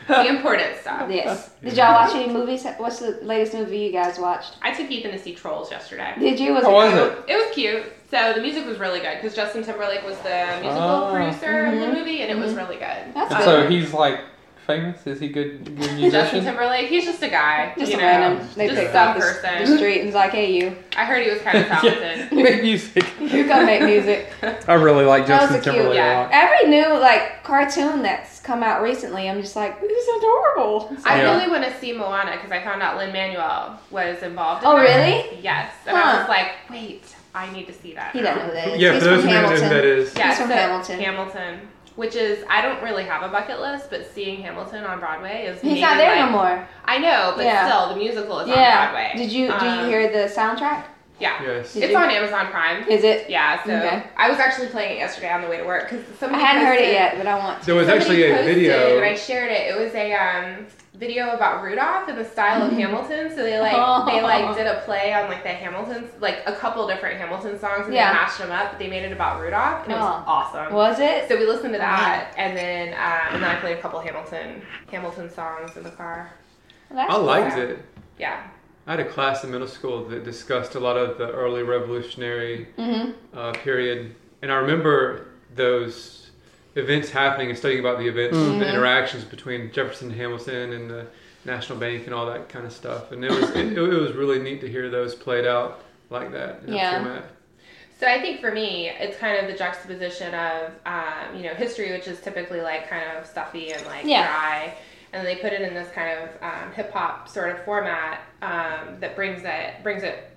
the important stuff.
Yes. Did y'all watch any movies? What's the latest movie you guys watched?
I took Ethan to see Trolls yesterday.
Did you? Was
How was it?
It was cute. So the music was really good because Justin Timberlake was the musical
Oh.
producer of the movie, and it was really good.
Mm-hmm. That's
And
good.
so he's like famous. Is he good? Good
Justin
musician?
Timberlake, he's just a guy.
Just
you
a
know,
random. They
just
picked
some
up the,
person.
the street and was like, "Hey, you,
I heard he was kind of
(laughs) yeah,
talented.
make music.
you come make music."
I really like
That was
Justin
a cute-
Timberlake
yeah.
a lot.
Every new like cartoon that's come out recently, I'm just like, "This is adorable." It's
I
like-
Yeah.
really want to see Moana because I found out Lin Manuel was involved. In
Oh,
that.
really?
Yes. And
Huh.
I was like, wait, I need to see that.
He
now.
doesn't know who that is.
Yeah,
He's
for those
from
who don't know who
Hamilton.
that is.
Yeah,
He's from
so-
Hamilton.
Hamilton, which is I don't really have a bucket list, but seeing Hamilton on Broadway is
He's
maybe,
not there
like-
no more.
I know, but
Yeah.
still, the musical is on
Yeah.
Broadway.
Did you do you
Um,
hear the soundtrack?
Yeah,
Yes.
Did
it's
you-
on Amazon Prime.
Is it?
Yeah, so
Okay.
I was actually playing it yesterday on the way to work because
I hadn't heard it yet, but I want. to.
There was actually a video.
and I shared it. It was a um, video about Rudolph and the style
Mm-hmm.
of Hamilton. So they like
(laughs)
they like did a play on like the Hamiltons, like a couple different Hamilton songs, and
Yeah.
they mashed them up. But they made it about Rudolph, and it was
Oh.
awesome.
Was it?
So we listened to that, and then uh, and then I played a couple Hamilton Hamilton songs in the car.
That's
I liked
cool.
it.
Yeah,
I had a class in middle school that discussed a lot of the early revolutionary
Mhm.
uh, period, and I remember those events happening and studying about the events, and the interactions between Jefferson and Hamilton and the National Bank and all that kind of stuff. And it was it, it was really neat to hear those played out like that. In
Yeah.
That format.
So I think for me, it's kind of the juxtaposition of um, you know history, which is typically like kind of stuffy and like
Yeah.
dry, and they put it in this kind of um, hip hop sort of format um, that brings it brings it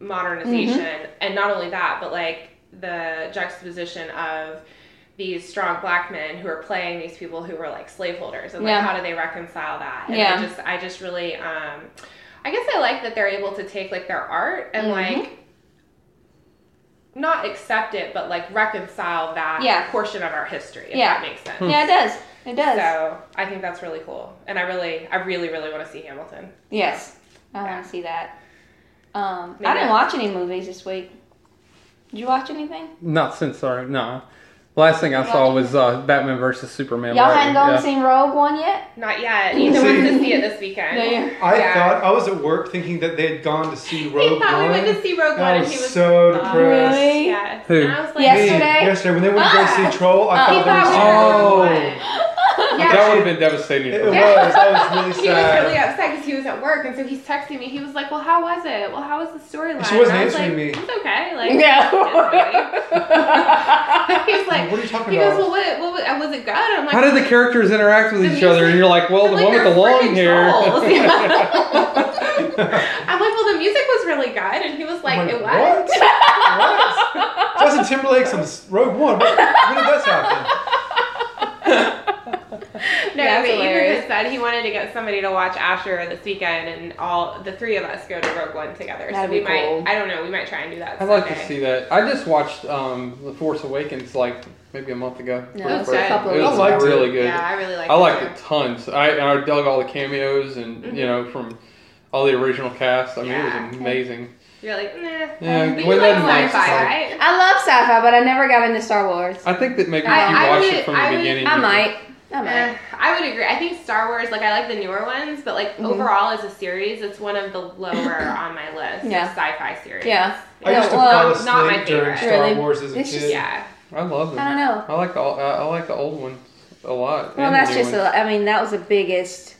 modernization,
Mm-hmm.
and not only that, but like the juxtaposition of these strong black men who are playing these people who were like slaveholders, and like
Yeah.
how do they reconcile that? And
Yeah.
I just I just really um, I guess I like that they're able to take like their art and
Mhm.
like not accept it, but like reconcile that
Yeah.
portion of our history, if
Yeah. Hmm.
that makes sense.
Yeah, it does. It does.
So I think that's really cool, and I really, I really, really want to see Hamilton.
Yes, I want to see that. Um, I
Maybe-
didn't watch any movies this week. Did you watch anything?
Not since our no. Last thing I saw was uh, Batman versus Superman.
Y'all
Lightning,
hadn't gone
yeah.
and seen Rogue One
(laughs)
yet?
Not yet. Ethan wants to see it this weekend.
No, yeah.
I
Yeah.
thought I was at work thinking that they had gone
(laughs)
to
He
see Rogue
thought we
One.
went to see Rogue
and
One,
I
and
was
he was
so
Oh,
depressed.
Really?
Yes.
Who?
And I was like,
Me,
Yes. Yesterday?
yesterday, when they went to go
Ah.
see Troll, I
Ah.
He
thought there
thought
was
we
Oh.
were
(laughs)
Rogue
Oh.
One.
That
Yeah.
would have been devastating.
It
for
was.
me.
I was really
(laughs) He was really
sad.
upset because he was at work, and so he's texting me. He was like, "Well, how was it? Well, how was the storyline?"
She wasn't
And I was
answering
like,
me.
It's okay. Like,
(laughs)
No.
(laughs) he was like,
What are you talking
he
about?
goes, "Well, what, what, what was it good?" And I'm like,
How did the characters interact with
The
each other? And
music-
you're like, well,
I'm
the
like,
one with the
"They're
long
freaking
hair. (laughs)
trolls." I'm like, well, the music was really good, and he was like,
I'm like,
it was. (laughs)
What? what? Justin Timberlake's on s- Rogue One. What, when did this happen?
No,
That's
but Ethan
hilarious.
had said he wanted to get somebody to watch Asher this weekend, and all the three of us go to Rogue One together.
That'd
so we
be
might,
cool.
I don't know, we might try and do that.
I'd like
someday.
to see that. I just watched um, The Force Awakens like maybe a month ago.
No,
for the
it's
first
good.
time.
Couple
It
of
was
weeks ago.
really good.
Yeah, I really like.
I liked
too.
it tons. I, I dug all the cameos and
Mm-hmm.
you know from all the original cast. I mean,
Yeah.
it was amazing.
You're like, nah. um,
Yeah,
But you
Gwen
like
doesn't like
sci-fi,
sci-fi.
right?
(laughs) I love sci-fi, but I never got into Star Wars.
I think that maybe
I-
if you
I
watched
would-
it from the
I would-
beginning,
I
you-
might. I might.
Eh, I would agree. I think Star Wars, like I like the newer ones, but like
Mm-hmm.
overall as a series, it's one of the lower
(coughs)
on my list.
Yeah.
of sci-fi series.
Yeah.
I
No,
used to fall
well,
us- not my
asleep during
favorite.
Star
Really?
Wars as a
It's
kid.
just-
Yeah.
I love them.
I don't know.
I like the I, I like the old ones a lot.
Well,
and
that's
the
just.
new
A, I mean, that was the biggest,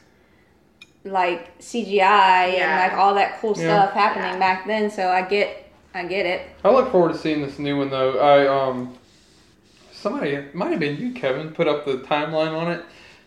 like CGI and
Yeah.
like all that cool
Yeah.
stuff happening
Yeah.
back then. So I get, I get it.
I look forward to seeing this new one though. I um somebody it might have been you, Kevin, put up the timeline on it.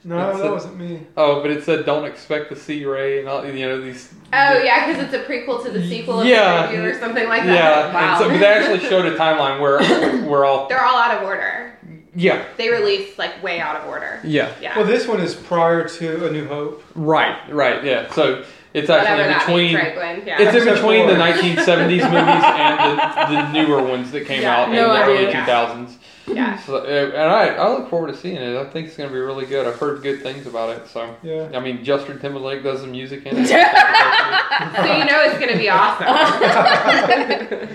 No,
It's
that
a-
wasn't me.
Oh, but it said don't expect to see Ray and all you know these.
Oh yeah, because it's a prequel to the sequel of
Yeah.
the review or something like that.
Yeah,
Wow. (laughs) (coughs)
and so, but they actually showed a timeline where we're all
They're all out of order.
Yeah,
They released like way out of order.
yeah.
Yeah.
Well, this one is prior to A New Hope.
Right, right, yeah. So it's
Whatever
actually in between.
that means, Franklin. Yeah.
It's in
Except
between
for-
the 1970s
(laughs)
movies and the, the newer ones that came
Yeah,
out
no
in the
idea.
early 2000s.
yeah.
So, uh, and I, I look forward to seeing it. I think it's going to be really good. I've heard good things about it. So,
Yeah.
I mean, Justin Timberlake does the music
(laughs)
in it.
So you know it's gonna be
(laughs)
awesome.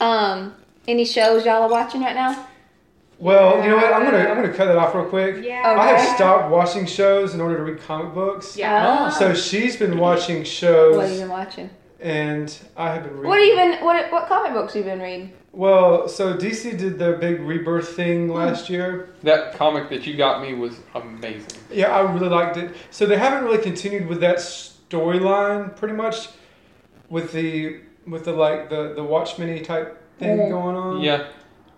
Um, any shows y'all are watching right now?
Well, you know what? I'm gonna I'm gonna cut that off real quick.
yeah.
I
Okay.
have stopped watching shows in order to read comic books.
Yeah.
Oh.
So she's been watching
What have you
shows,
been watching?
and I have been reading.
What have you been? What what comic books you been reading?
Well, so DC did their big rebirth
Hmm.
thing last year.
that comic that you got me was amazing.
Yeah, I really liked it. So they haven't really continued with that storyline, pretty much, with the with the like the the Watchmen type thing
Mhm.
going on.
Yeah,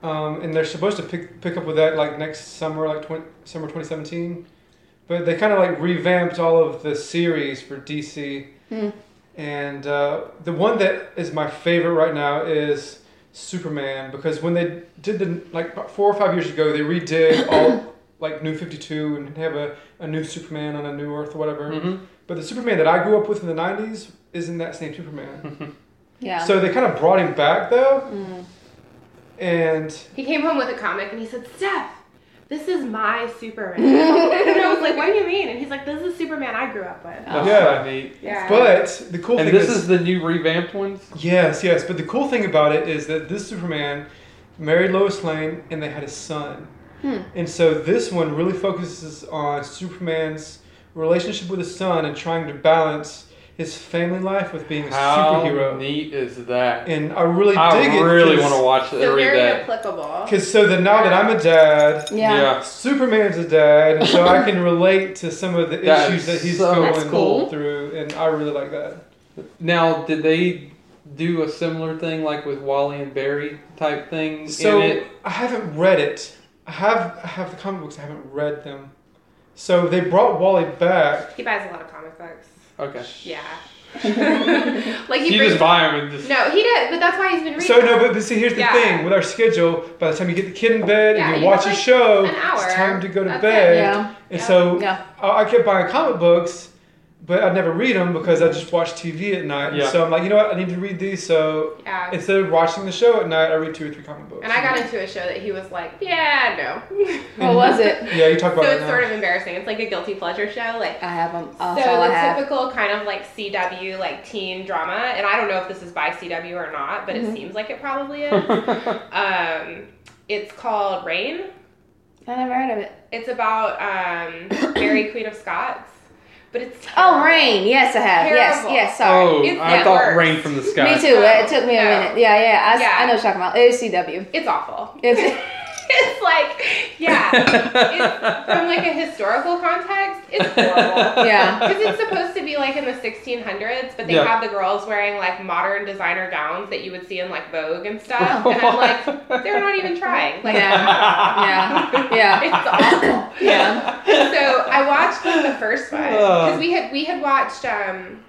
Um, and they're supposed to pick pick up with that like next summer, like 20, summer 2017. But they kind of like revamped all of the series for DC.
Hmm.
And uh, the one that is my favorite right now is Superman because when they did the like about four or five years ago, they
(coughs)
redid all like New 52 and have a, a new Superman on a new Earth or whatever.
Mhm.
But the Superman that I grew up with in the 90s isn't that same Superman.
Yeah.
So they kind of brought him back though.
Mm.
And
He came home with a comic and he said, Steph, this is my
(laughs)
Superman. and I was like, What do you mean? And he's like, This is Superman I grew up with.
that's
Yeah.
so neat.
Yeah.
but the cool
And
thing
this
is
is the new revamped ones.
Yes, yes. But the cool thing about it is that this Superman married Lois Lane and they had a son.
Hmm.
And so this one really focuses on Superman's relationship with his son and trying to balance his family life with being a
How
superhero.
neat is that?
And I really dig
I
it.
really want to watch that.
so
read
very
that.
applicable.
Because so that now that I'm a dad,
yeah.
Superman's a dad, and so I can relate to some of the
That
issues
is
that he's
so
That's
going
cool.
through, and I really like that.
Now, did they do a similar thing like with Wally and Barry type thing
So
in it?
I haven't read it. I have I have the comic books. I haven't read them. So they brought Wally back.
He buys a lot of comic books.
Okay.
(laughs)
Yeah. like he
you
brings
just buy them and just. (laughs)
No, he did, but that's why he's been reading.
So no, but, but see, here's the
Yeah.
thing with our schedule. By the time you get the kid in bed
Yeah,
and
you
you watch
have,
a
like,
show,
an hour.
it's time to go to
That's it.
bed.
Yeah.
And
Yeah.
so
Yeah.
I, I kept buying comic books, but I'd never read them because I just watched TV at night. And
Yeah.
So I'm like, you know what? I need to read these. So
yeah.
instead of watching the show at night, I read two or three comic books.
and I got into a show that he was like, yeah, no.
(laughs) What was it?
yeah, you
(laughs)
talk
so
about it
it's
now.
sort of embarrassing. It's like a guilty pleasure show. Like,
I have them.
so
Oh, That's all I
the
have.
typical kind of like CW, like teen drama, and I don't know if this is by CW or not, but it
Mhm.
seems like it
(laughs)
probably is. um, it's called Rain.
I never heard of it.
It's about um, Mary Queen of Scots, but it's
Oh,
terrible.
rain. Yes, I have.
Terrible.
Yes, yes. Sorry.
oh,
it's
I
the
thought
worst.
rain from the sky. (laughs)
Me too. It took me a
No.
minute. Yeah, yeah. I,
Yeah.
I know what you're talking about. It is CW.
It's awful. (laughs)
It's, (laughs)
it's like, yeah, it's, from like a historical context, it's horrible.
(laughs)
yeah.
Because it's supposed to be like in the 1600s, but they
Yeah.
have the girls wearing like modern designer gowns that you would see in like Vogue and stuff. And I'm like, they're not even trying. Like,
Yeah. Yeah. Yeah.
it's awful.
(coughs) Yeah.
So I watched like, the first one
Uh.
because we had we had watched um,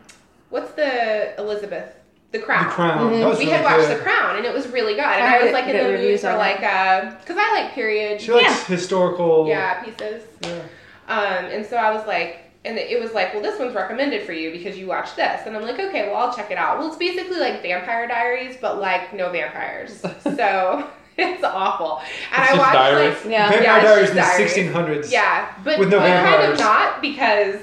what's the Elizabeth the
the
Crown.
Crown.
Mhm.
That was
We
really
had watched
good.
The Crown and it was really good. And
I
I was
heard
like in
good
the mood
reviews
for
on
like because I like period
She likes historical.
yeah pieces.
yeah.
Um, and so I was like, and it was like, well, this one's recommended for you because you watched this. And I'm like, okay, well, I'll check it out. Well, it's basically like Vampire Diaries, but like no vampires. So (laughs) it's awful. And
It's
I
just
watched
diaries?
like,
Yeah.
Vampire
Yeah, it's
Diaries
just
in the
diaries.
1600s.
yeah, but,
With no
but kind of
vampires.
not because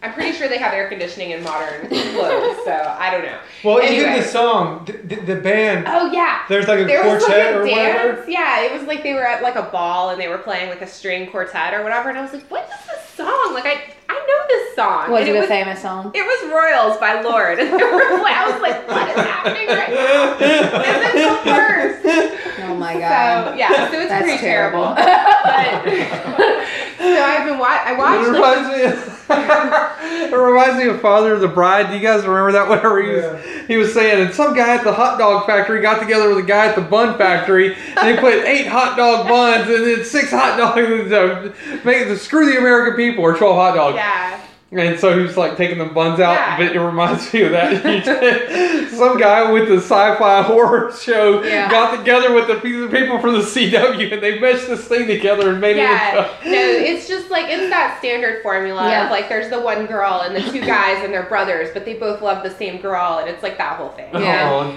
I'm pretty sure they have air conditioning in modern (laughs) clothes. so I don't know.
Well,
Anyway.
even the song, the, the, the
Uh,
band,
Oh yeah.
there's like a
There was like
quartet
a
or
dance.
whatever.
Yeah, it was like they were at like a ball and they were playing like a string quartet or whatever. And I was like, what is this song? Like I, I know this song.
Was
(laughs) And
it a
was
famous song?
It was Royals by Lord. (laughs) And they were like- I was like, what is happening right now? This is the first.
(laughs) Oh my
(laughs) So
god.
yeah, so it's
That's
pretty terrible.
terrible.
But, (laughs) so I've been wa- I
It
watched. it.
reminds, me, (laughs) it reminds me of Father of the Bride. Do you guys remember that? Whenever he was, he was saying, and some guy at the hot dog factory got together with a guy at the bun factory, and they put eight hot dog (laughs) buns and then six hot dogs. Uh, make, screw the American people or twelve hot dogs.
Yeah.
And so he was like taking the buns out,
Yeah.
but it reminds me of (laughs) that. Some guy with the sci-fi horror show
Yeah.
got together with a piece of people from the CW, and they meshed this thing together and made
(laughs) Yeah,
it.
no, it's just like it's that standard formula
Yeah.
of like there's the one girl and the two guys and their brothers, but they both love the same girl, and it's like that whole thing. you know?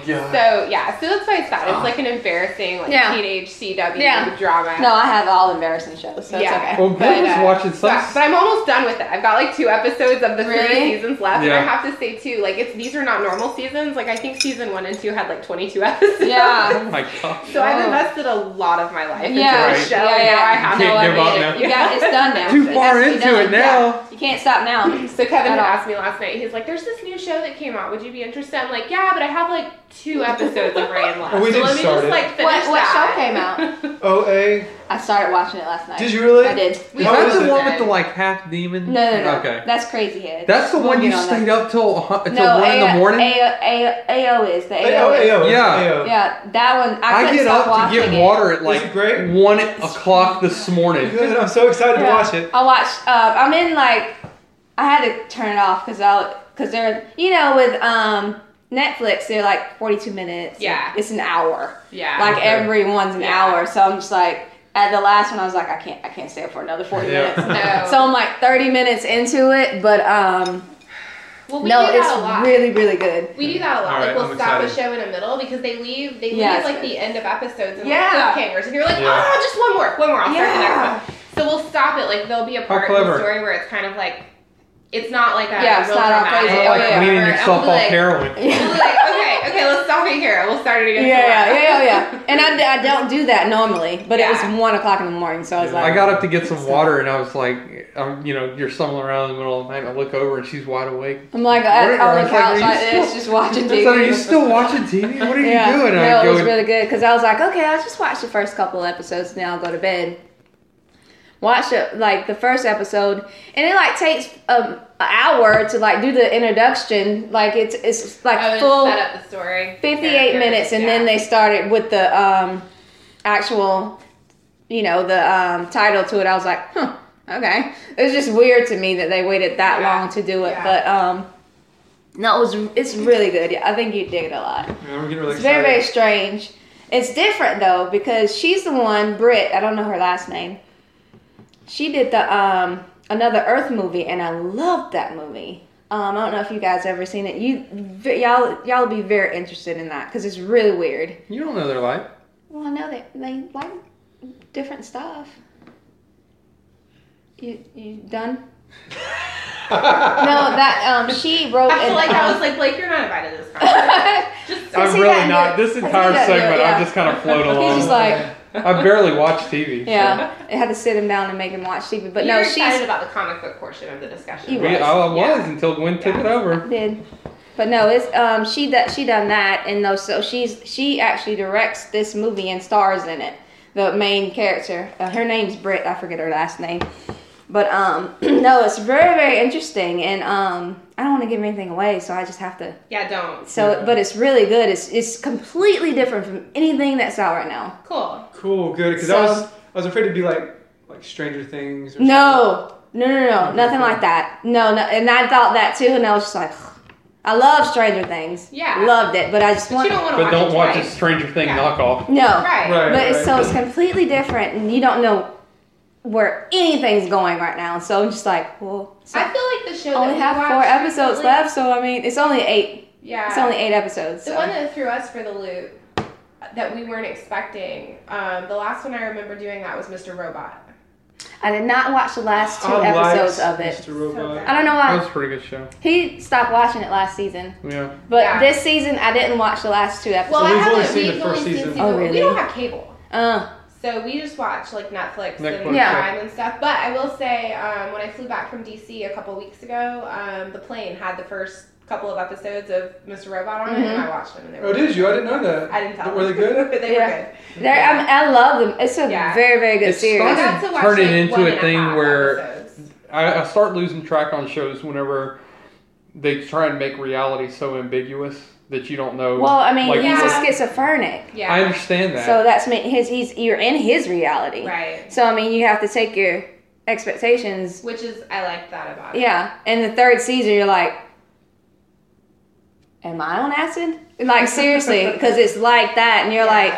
Oh god.
So yeah, so that's why it's bad. It's like an embarrassing like
Yeah.
teenage CW
Yeah.
drama.
No, I have all embarrassing shows, so
Yeah.
it's okay.
well, Blair
but,
was
uh,
watching some.
But, but I'm almost done with it. I've got like two episodes of the
Really?
three seasons left, and
Yeah.
I have to say too, like it's these are not normal seasons. Like I think season one and two had like 22 (laughs) episodes.
Yeah.
(laughs)
oh my god.
So I've
Oh.
invested a lot of my life
Yeah,
into this show.
yeah,
and
yeah.
Now I
You
have
can't
to
give up
eliminate
now.
it.
You got it's done now.
(laughs) Too
It
far
has to be
into
done.
it now.
Yeah. You can't stop now.
So Kevin
At all.
asked me last night. He's like, "There's this new show that came out. Would you be interested?" I'm like, "Yeah, but I have like
(laughs)
two episodes of Rand left.
Oh, (laughs) we
so
didn't
let me
start
just
it.
like finish
What- what
that."
show came
(laughs)
out?
(laughs)
OA.
I started watching it last night.
Did you really?
I did.
We
Is
How
that
is
the
it?
one with the like half demon?
No, no, no.
Okay.
That's crazy head.
That's the
We'll
one you
get on
stayed
that.
up till uh, till
No,
one in the
A-
morning.
A- A- AO is the AO.
AO, AO.
Yeah.
AO.
Yeah, that one. I,
I,
couldn't
get
stop
up to
watching
get
it.
water at
Is
like
it great?
one o'clock this morning.
Good. I'm so excited to
Yeah.
watch it.
I watched. Uh, I'm in like. I had to turn it off because I because they're you know with um Netflix they're like 42 minutes.
Yeah.
It's an hour.
Yeah.
Like
Okay.
everyone's an
Yeah.
hour, so I'm just like. At the last one, I was like, I can't, I can't stay up for another forty
Yeah.
minutes.
(laughs) No.
So I'm like thirty minutes into it, but um,
well, we
no,
do that a lot.
it's really, really good.
we do that a lot.
All right,
like we'll
I'm
stop
excited.
a show in the middle because they leave. They leave
Yes.
like the end of episodes and
Yeah.
like cliffhangers, and you're like,
Yeah.
"Oh, just one more, one more. I'll start the
Yeah.
next one." So we'll stop it. Like there'll be a part in
clever.
the story where it's kind of like, it's not like a
Yeah, it's
real
not all
dramatic
crazy.
Kinda
Oh,
like
yeah.
weaning
whatever, and we'll
yourself
be
off
like- (laughs)
heroin.
We'll
(laughs)
be like, "Okay, okay, let's stop it here. We'll start it
Yeah,
again."
yeah,
tomorrow."
yeah, yeah, yeah. And I,
(laughs)
I don't do that normally, but it
Yeah.
was one o'clock in the morning, so I was like,
I got up to get some water and I was like, um, you know, you're stumbling around in the middle of the night. I look over and she's wide awake.
I'm like at,
Where-
on
I
the
was like,
couch
are you
like
still-
this, just
(laughs)
watching
I
TV.
said, "Are you still watching TV? What are
(laughs)
you
yeah.
doing?" And
no,
I
it was
go,
really good because I was like, okay, I just watched the first couple episodes, now I'll go to bed. Watch it like the first episode, and it like takes um, an hour to like do the introduction. Like it's it's like
I would
full.
Oh, set up the story.
58 minutes and then
Yeah.
they started with the um, actual you know the um, title to it i was like huh okay it was just weird to me that they waited that
Yeah.
long to do it
Yeah.
but um no it was it's really good yeah, i think you dig it a lot
Man, I'm getting really
it's
excited.
very very strange it's different though because she's the one brit i don't know her last name she did the um another earth movie and i loved that movie um, I don't know if you guys ever seen it. You y'all y'all be very interested in that because it's really weird.
"You don't know their life."
Well, I know that they like different stuff. You you done? No, that um she (laughs) wrote.
I
an,
feel like I
um,
was like, Blake, you're not
(laughs)
invited to this conversation. Just
I
I'm
see
really
that
not.
here.
This
I see
entire
that here,
segment,
yeah.
I
(laughs)
just kind of float along.
He's just like,
I barely watch TV. so-
yeah. I had to sit him down and make him watch TV. But
you're
no,
excited
she's
about the comic book portion of the discussion.
You
We,
was.
I was
Yeah.
until Gwen took it over.
did. But no, it's um she that she done that and no, so she's she actually directs this movie and stars in it. The main character, uh, her name's Britt. I forget her last name. But um (clears throat) no, it's very very interesting and um I don't want to give anything away, so I just have to
Yeah, don't.
So, but it's really good. It's it's completely different from anything that's out right now.
Cool.
(laughs) Cool, good. Because
So-
I was I was afraid to be like like Stranger Things. Or
No, no, no, no, nothing like that. No, no, and I thought that too, and I was just like, I love Stranger Things.
Yeah.
loved it, but I just
But
want
you don't want to
But
watch
don't
it
watch a
twice.
Stranger Thing
Yeah.
knockoff.
no.
Right.
Right.
But it's, so it's completely different, and you don't know where anything's going right now. So I'm just like, well, so
I feel like the show
I only
that we
have four
watched
episodes
recently-
left, so I mean, it's only eight.
Yeah.
It's only eight episodes.
the
so.
one that threw us for the loop that we weren't expecting. Um, the last one I remember doing that was Mr. Robot.
I did not watch the last two
I liked
episodes of it.
Mr. Robot.
I don't know
That
why
was a pretty good show.
he stopped watching it last season.
Yeah.
But
Yeah.
this season, I didn't watch the last two episodes.
Well, I
we've
haven't.
only seen the
we've only
first
seen
season.
season.
Oh,
We
really?
don't have cable.
uh,
So we just watch like Netflix,
Netflix,
and
Yeah.
Prime and stuff. But I will say, um, when I flew back from DC a couple weeks ago, um, the plane had the first couple of episodes of Mr. Robot on it,
Mm-hmm.
and I watched them. And they were
Oh, did you? I didn't know that.
I didn't tell.
Were they
them. (laughs)
good?
but they
Yeah.
were good.
there, I'm, I love them. It's a
Yeah.
very, very good
It's
series.
I
started-
got to watch
Turn it
like,
into
one
a
and
thing
half
where-
episodes.
I, I start losing track on shows whenever they try and make reality so ambiguous that you don't know.
Well, I mean,
like,
he's
Yeah.
a schizophrenic,
yeah,
I understand that.
so that's mean his. He's you're in his reality.
right.
So I mean, you have to take your expectations.
Which is I like that about it.
Yeah. And the third season, you're like, am I on acid? Like seriously,
(laughs)
because it's like that, and you're like,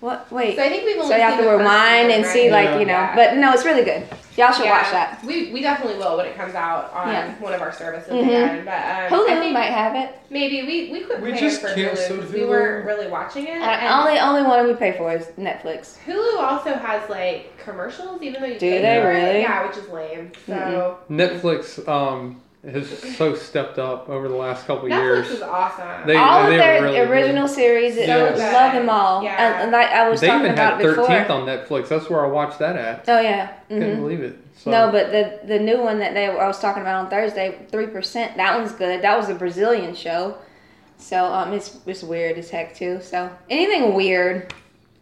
what? Wait.
So I think we've only
So you have to
seen the first
rewind and
season,
see,
right?
like you know.
Yeah.
But no, it's really good. Y'all should watch that.
We, we definitely will when it comes out on
Yeah.
one of our services
Mhm.
again. But um, I
Hulu
think
might have it.
maybe we we quit
We
paying
just
for Hulu
canceled
because we
Hulu.
weren't really watching it.
I-
and
only only one we pay for is Netflix.
Hulu also has like commercials, even though you
Do
pay
they
for it.
really?
Yeah, which is lame. So
Netflix um, has so stepped up over the last couple
Netflix
years.
is awesome.
They-
all
they
of
were
their
really
original series, it-
Yes.
love them all.
Yeah.
And, and like I was
They
talking
even had
about before.
13th on Netflix. That's where I watched that at.
oh yeah.
Couldn't
hmm
believe it. So,
No, but the the new one that they I was talking about on Thursday, three percent. That one's good. That was a Brazilian show, so um, it's it's weird as heck too. So anything weird,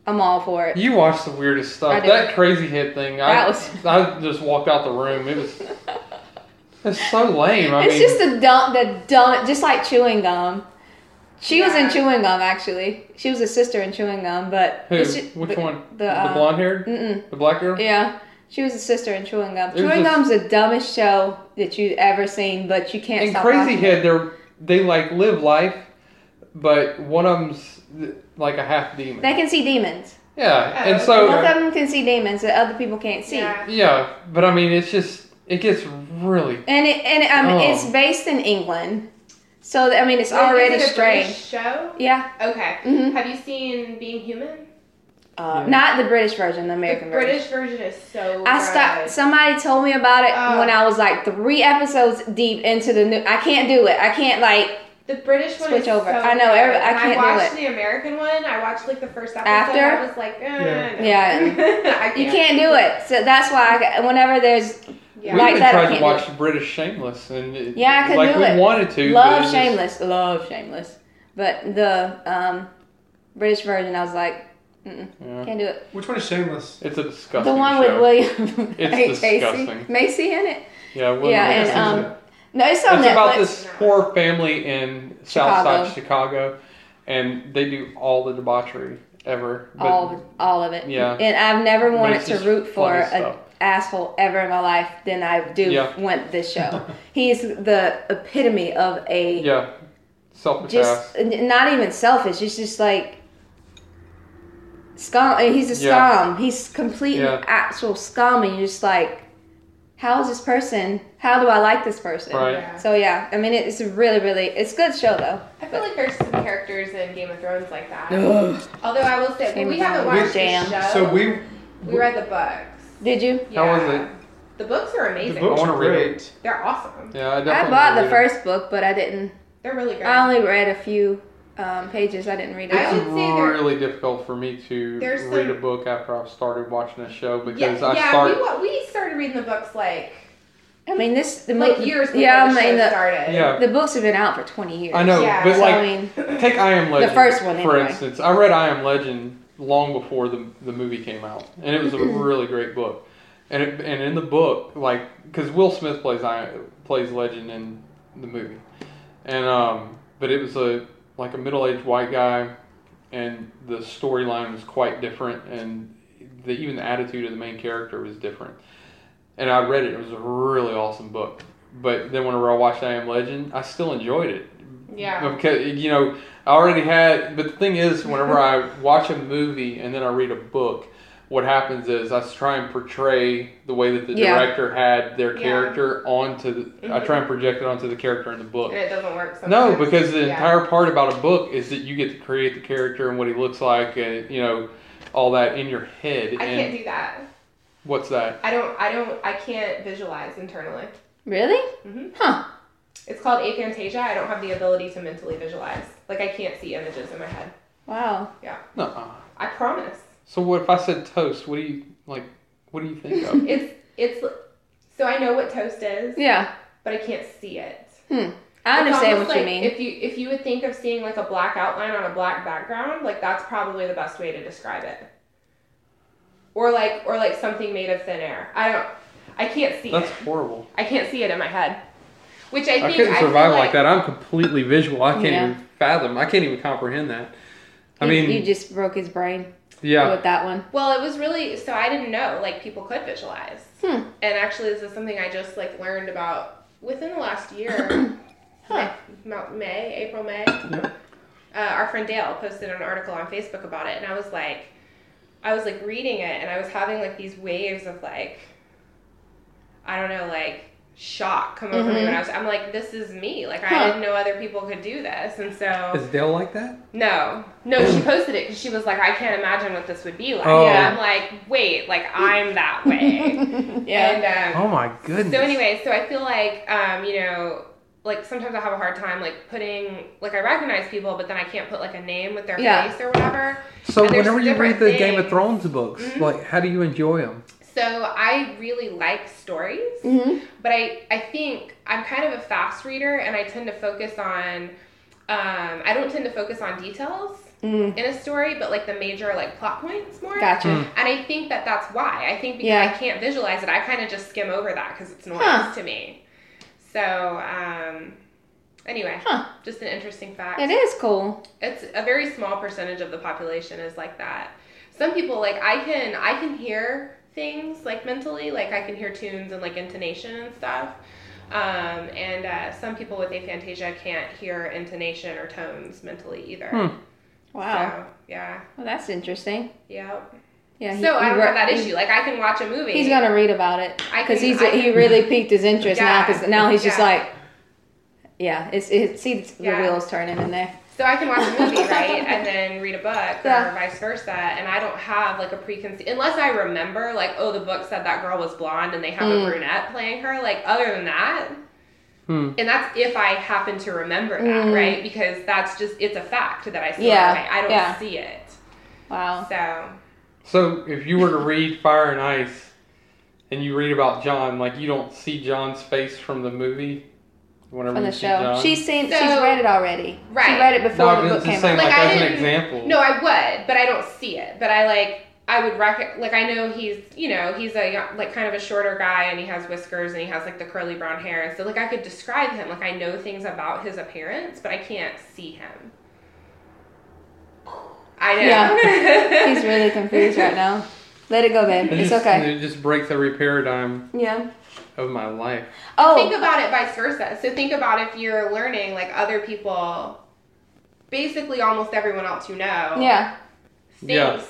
I'm all for it.
you watch the weirdest
I
stuff.
did.
That crazy hit thing. I,
That was-
(laughs) I just walked out the room. It
(laughs)
was it's so lame. I
it's
mean,
just the dumb, the dumb, just like chewing gum. She was in
Yeah.
chewing gum actually. She was a sister in chewing gum, but
who?
it's ju-
Which
but
one?
The,
The,
uh,
blonde haired,
Mm-mm.
the black girl.
Yeah, she was a sister in chewing gum.
It was
Chewing
just-
gum's the dumbest show that you've ever seen, but you can't
and
stop
crazy
watching
head they're they like live life but one of them's like a half
it.
demon
They can see demons.
yeah and
Both
so
of them can see demons that other people can't see.
Yeah.
yeah but i mean it's just it gets really
And it, and um,
Oh.
it's based in England, so I mean it's
Like, is
already
it a
strange.
British Show.
Yeah,
Okay.
Mhm.
Have you seen Being Human?
uh,
Yeah.
not the British version, the American
the
version.
British version is so.
I
good.
stopped. Somebody told me about it
Oh.
when I was like three episodes deep into the new. I can't do it. I can't like
The British one
Switch
is
over.
so
I know,
good.
every- I
And
can't do
I watched
it.
the American one. I watched like the first episode.
After?
I was like, eh,
Yeah.
no.
Yeah.
(laughs) I
you can't do it. So that's why I, got- whenever there's
Yeah.
we
Like
even
that, I
tried
can't
to
do
watch british shameless and it,
Yeah, I could
like
do
we
it.
wanted to but it
love
just-
shameless, love shameless, but the um, British version, I was like, Mm-mm,
yeah.
can't do it.
Which one is shameless?
it's a disgusting
The one
show.
with William (laughs)
It's
H.
disgusting.
Macy, Macy in it.
yeah, William
Yeah, and,
H.
um,
Macy.
No, it's on
it's
Netflix.
about this poor family in southside chicago and they do all the debauchery ever but
all all of it.
Yeah.
And I've never
But
wanted
it's
to
just
root for
funny
an
stuff.
asshole ever in my life than I do
Yeah.
want this
(laughs)
show. He's the epitome of a
yeah self
just n- not even selfish. He's just like scum. He's a
Yeah.
scum. He's complete
Yeah.
and actual scum, and you're just like, how is this person? How do I like this person?
Right.
So yeah, I mean it- it's a really really it's a good show though.
I feel like there's some characters in Game of Thrones like that.
Ugh.
Although I will say,
Game
we
of
haven't
Thrones.
watched
Damn.
the show.
So we
we read the books.
Did you?
Yeah.
How was it?
The books are
the
amazing.
books
I wanna
are
read
great.
They're awesome.
yeah i,
I
definitely
bought
read
the
it.
first book, but I didn't.
They're really good.
I only read a few um, pages. I didn't read it.
I
It's
would say there-
really difficult for me to
there's
read
some-
a book after I've started watching a show
yeah,
because I
yeah
start.
we, wa- we started reading the books like
I mean, this the
like
mo-
years before
Yeah, I
the show
mean the,
started.
Yeah,
the books have been out for twenty years.
I know,
Yeah.
but
So,
like,
I mean,
take I Am Legend
first one,
for
anyway.
instance. I read I Am Legend long before the the movie came out, and it was
(clears throat)
a really great book. And it, and in the book, like, because Will Smith plays I plays Legend in the movie, and um, but it was a like a middle aged white guy, and the storyline was quite different, and the, even the attitude of the main character was different. And I read it; it was a really awesome book. But then whenever I watched I Am Legend, I still enjoyed it
Yeah.
because you know I already had. But the thing is, whenever I
(laughs)
watch a movie and then I read a book, what happens is I try and portray the way that the
Yeah.
director had their
Yeah. Mm-hmm.
character onto. The, I try and project it onto the character in the book.
And it doesn't work. Sometimes.
No, because the
Yeah.
entire part about a book is that you get to create the character and what he looks like, and you know all that in your head.
I
and
can't do that.
what's that?
I don't. I don't. I can't visualize internally.
really?
Mhm.
Huh?
It's called aphantasia. I don't have the ability to mentally visualize. Like I can't see images in my head.
Wow.
No.
I promise.
So what if I said toast? What do you like? What do you think
(laughs)
of?
It's it's. So I know what toast is,
Yeah, Hmm.
but I can't see it.
I
It's
understand
almost
what you
like
mean.
If you if you would think of seeing like a black outline on a black background, like that's probably the best way to describe it. Or like or like something made of thin air. I don't. I can't see
That's
it.
horrible.
I can't see it in my head. Which I think (laughs)
I couldn't
feel
survive like,
like
that. I'm completely visual. I can't
Yeah.
even fathom. I can't even comprehend that. I
You-
mean,
you just broke his brain.
Yeah.
with that one.
Well, it was really so I didn't know like people could visualize.
Hmm.
And actually, this is something I just like learned about within the last year,
(clears throat) Huh.
like May, April, May.
Yeah.
Uh, our friend Dale posted an article on Facebook about it, and I was like, I was like reading it, and I was having like these waves of like, I don't know, like shock come over me
Mhm.
when I was. I'm like, this is me. Like I
Huh.
didn't know other people could do this, and so
Is Dale like that?
no, no, she posted it because she was like, I can't imagine what this would be like.
Oh.
And I'm like, wait, like I'm that
(laughs)
way.
(laughs)
yeah.
And um,
Oh my goodness.
so anyway, so I feel like um, you know, like sometimes I have a hard time like putting like I recognize people, but then I can't put like a name with their
Yeah.
face or whatever.
So
and there's
whenever you read
different
the Game of
things.
Thrones books,
Mhm.
like how do you enjoy them?
So I really like stories.
hmm
but I, I think I'm kind of a fast reader and I tend to focus on um, I don't tend to focus on details
Mm.
in a story, but like the major like plot points more.
Gotcha.
Mm.
And I think that that's why I think because
Yeah.
I can't visualize it, I kind of just skim over that because it's noise
Huh.
to me. So um, anyway,
Huh.
just an interesting fact.
It is cool.
It's a very small percentage of the population is like that. Some people like I can I can hear things like mentally, like I can hear tunes and like intonation and stuff. Um, and uh, some people with aphantasia can't hear intonation or tones mentally either.
Hmm.
Wow.
So, yeah,
Well, that's interesting.
yeah.
Yeah.
so I don't
re-
have that
he-
issue. Like I can watch a movie.
He's gonna read about it
I
because
can-
he's
I
he
can-
really piqued his interest now 'cause now
Yeah.
because now he's just
Yeah.
like, yeah, it's it see the
Yeah.
wheels turning in there.
So I can watch a
(laughs)
movie, right, and then read a book
Yeah.
or vice versa, and I don't have like a preconceived unless I remember like, oh, the book said that girl was blonde and they have
Mm.
a brunette playing her. Like other than that,
Hmm.
and that's if I happen to remember that,
Mm.
right? Because that's just it's a fact that I see.
Yeah,
Yeah, I don't
yeah.
see it.
Wow.
So
So if you were to read Fire and Ice, and you read about John, like you don't see John's face from the movie. Whenever
From
you
the
see
show,
John.
she's seen, she's
So-
read it already. She
Right.
read it
no,
before
I'm
the book
just
came
saying
out.
like,
Like, I
as an
didn't-
example.
no, I would, but I don't see it. But I like. I would rec- like I know he's you know he's a like kind of a shorter guy and he has whiskers and he has like the curly brown hair and so like I could describe him like I know things about his appearance but I can't see him. I know.
Yeah. (laughs) He's
(laughs)
really confused right now. Let it go, babe.
It
It's
just-
okay.
It just breaks every paradigm
Yeah.
of my life.
think
Oh.
about it vice versa. So think about if you're learning like other people, basically almost everyone else you know
Yeah.
thinks
Yeah. Mm-hmm.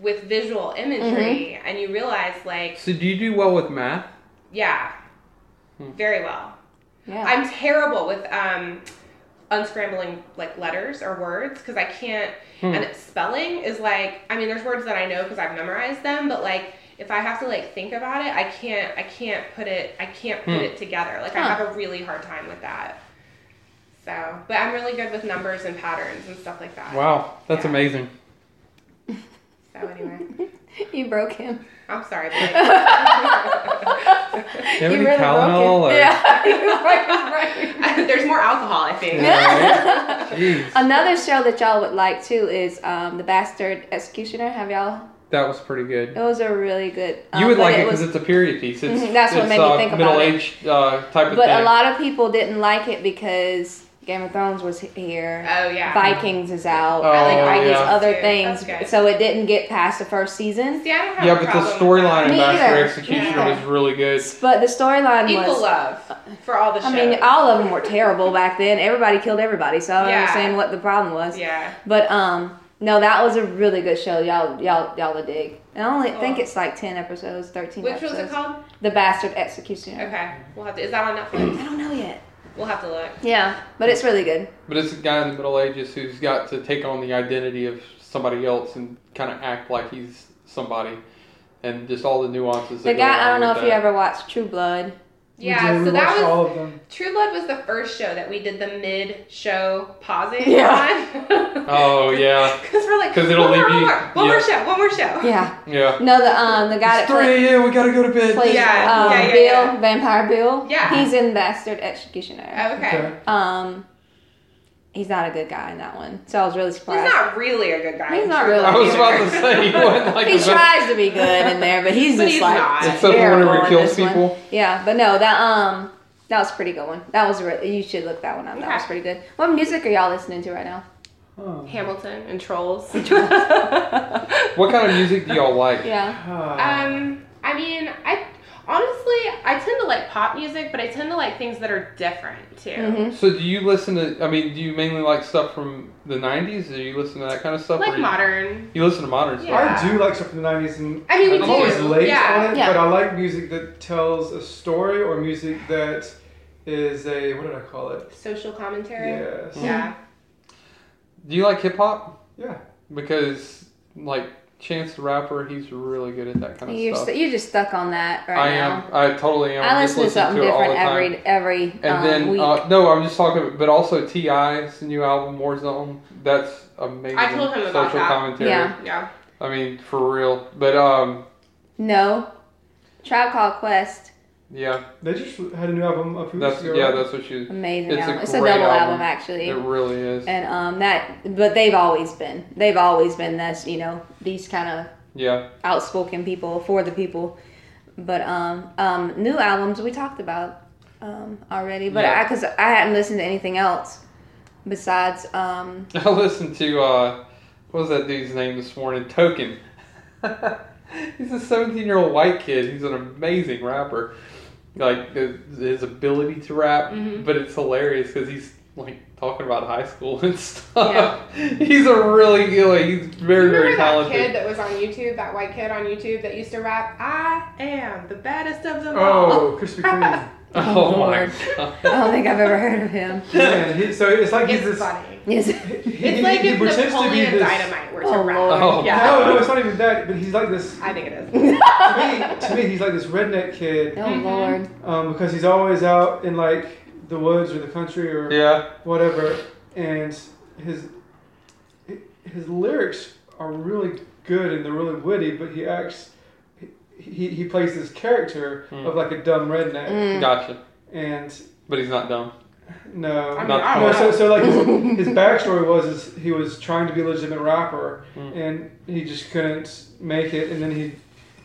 with visual imagery, and you realize like
So do you do well with math?
yeah,
Hmm.
very well.
Yeah.
I'm terrible with um, unscrambling like letters or words because I can't.
Hmm.
And spelling is like I mean, there's words that I know because I've memorized them, but like. If I have to like think about it, I can't. I can't put it. I can't put
Hmm.
it together. Like I
Huh.
have a really hard time with that. So, but I'm really good with numbers and patterns and stuff like that.
Wow, that's
Yeah.
amazing.
So anyway,
(laughs) You broke
(laughs)
him.
I'm sorry.
(laughs)
Blake.
Do you have any Tylenol?
(laughs)
Or,
Yeah. you broke his brain.
There's more alcohol, I think.
Yeah. Jeez,
Another show that y'all would like too is um, The Bastard Executioner. Have y'all?
that was pretty good.
It was a really good. Um,
you would
but
like it
was-
because it's a period piece. It's,
Mhm, (laughs) that's what
it's,
made me
uh,
think about
middle
it.
age uh, type of
But
thing.
a lot of people didn't like it because Game of Thrones was here.
Oh yeah.
Vikings is out.
Oh,
like all these
yeah.
other
That's
things,
good.
so it didn't get past the first season.
See, I don't have
yeah,
a
but the
problem with
storyline
Me
in
that.
Master
either.
Executioner
Yeah.
was really good.
But the storyline
equal
was. uh,
love for all the shows.
I mean, all of them were terrible back then. Everybody killed everybody, so I don't
Yeah.
understand what the problem was.
yeah.
But um, no, that was a really good show. Y'all, y'all, y'all will dig. And I only think
Cool.
it's like ten episodes, thirteen.
Oh. Which
episodes.
was it called?
The Bastard Executioner.
Okay, we'll have to. Is that on
Mm.
Netflix?
I don't know yet.
We'll have to look.
Yeah, but it's really good.
But it's a guy in the Middle Ages who's got to take on the identity of somebody else and kind of act like he's somebody, and just all the nuances.
The
that go
guy, I
along
don't know
with
if you
that.
ever watched True Blood.
Yeah.
we did,
so
we
that
watched
was
all of them.
True Blood was the first show that we did the mid-show pausing.
Yeah.
On.
(laughs) Oh yeah,
Because we're like,
'Cause it'll
one more,
leave
one
you-
more, one more show, one more show.
Yeah.
yeah. (laughs)
No, the um the guy that
It's three.
play-
Yeah, we gotta go to bed.
plays
Yeah,
um,
yeah, yeah,
Bill,
yeah.
Vampire Bill.
Yeah.
He's in Bastard Executioner.
Okay.
Okay.
Um, he's not a good guy in that one, so I was really
He's
surprised.
not really a good guy.
He's
in
not
True
really.
I
Blood
was
either.
about to
(laughs)
say
(laughs)
he wasn't like
he
the best.
tries to be good in there, but he's
But
just
he's
like
not.
Except for whenever
terrible
he
in
kills
this one.
people.
Yeah, but no, that um that was a pretty good one. That was a re- you should look that one up. That
Okay.
was pretty good. What music are y'all listening to right now?
Oh.
Hamilton and
(laughs)
Trolls.
What kind of music do y'all like?
Yeah.
Ah.
Um, I mean, I honestly, I tend to like pop music, but I tend to like things that are different
hmm
too.
So do you listen to? I mean, do you mainly like stuff from the '90s? Do you listen to that kind of stuff? or
Like
you,
modern.
You listen to modern
Yeah.
stuff.
I do like stuff from the 90s, and
I mean, we
I'm
do.
always late
yeah.
on it,
Yeah.
but I like music that tells a story or music that is a, what did I call it?
Social commentary.
Yes.
Yeah.
Do you like hip hop?
Yeah.
Because like Chance the Rapper, he's really good at (sighs) that kind of
You're,
stuff.
st- you're just stuck on that right
I
now.
am. I totally am.
I
just
listen to something
it all
different
the time.
every every
And
um,
then
week.
uh, no, I'm just talking. But also Ti's new album Warzone. That's amazing.
I told him about
Social
that.
commentary.
Yeah.
Yeah.
I mean, for real. But um,
no, Tribe Called Quest,
yeah,
They just had a new album a few weeks
that's
ago.
yeah,
right?
(laughs)
that's what she.
amazing
It's a
album. it's a double
great
album,
album.
actually,
It really is.
and um that but they've always been they've always been this you know these kind
Yeah.
of outspoken people for the people, but um um new albums we talked about um already, but
Yeah.
I because I hadn't listened to anything else besides um
(laughs) I listened to uh, what was that dude's name this morning? Token. (laughs) he's a 17 year old white kid. He's an amazing rapper. Like his his ability to rap,
Mhm.
but it's hilarious because he's like talking about high school (laughs) and stuff. (laughs) he's a really you know, like he's very very
Remember that
talented.
kid that was on YouTube, that white kid on YouTube that used to rap, I am the baddest of them all.
Oh, Krispy Kreme.
Oh, (laughs)
Oh,
my
Lord. I
god.
don't think I've ever heard of him. (laughs)
Man, he, so it's like he's
It's
this.
funny.
Yes.
He, he-
It's like
he
if
pretends to be
Napoleon
this.
Dynamite were to
Oh,
rap.
Lord.
Oh.
Yeah.
No, no, it's not even that. But he's
(laughs)
like this.
I think it
(laughs)
is.
To
oh
me, to me, he's like this redneck kid
Mhm.
Lord.
um, because he's always out in like the woods or the country or
yeah.
whatever, and his his lyrics are really good and they're really witty, but he acts. He, he plays this character
Hmm.
of like a dumb redneck,
Mm.
Gotcha.
Hmm.
and
But he's not dumb.
no,
I mean,
Not-
I
No,
don't
so,
know.
so
(laughs)
like his, his backstory was is he was trying to be a legitimate rapper
Hmm.
Mm.
and he just couldn't make it, and then he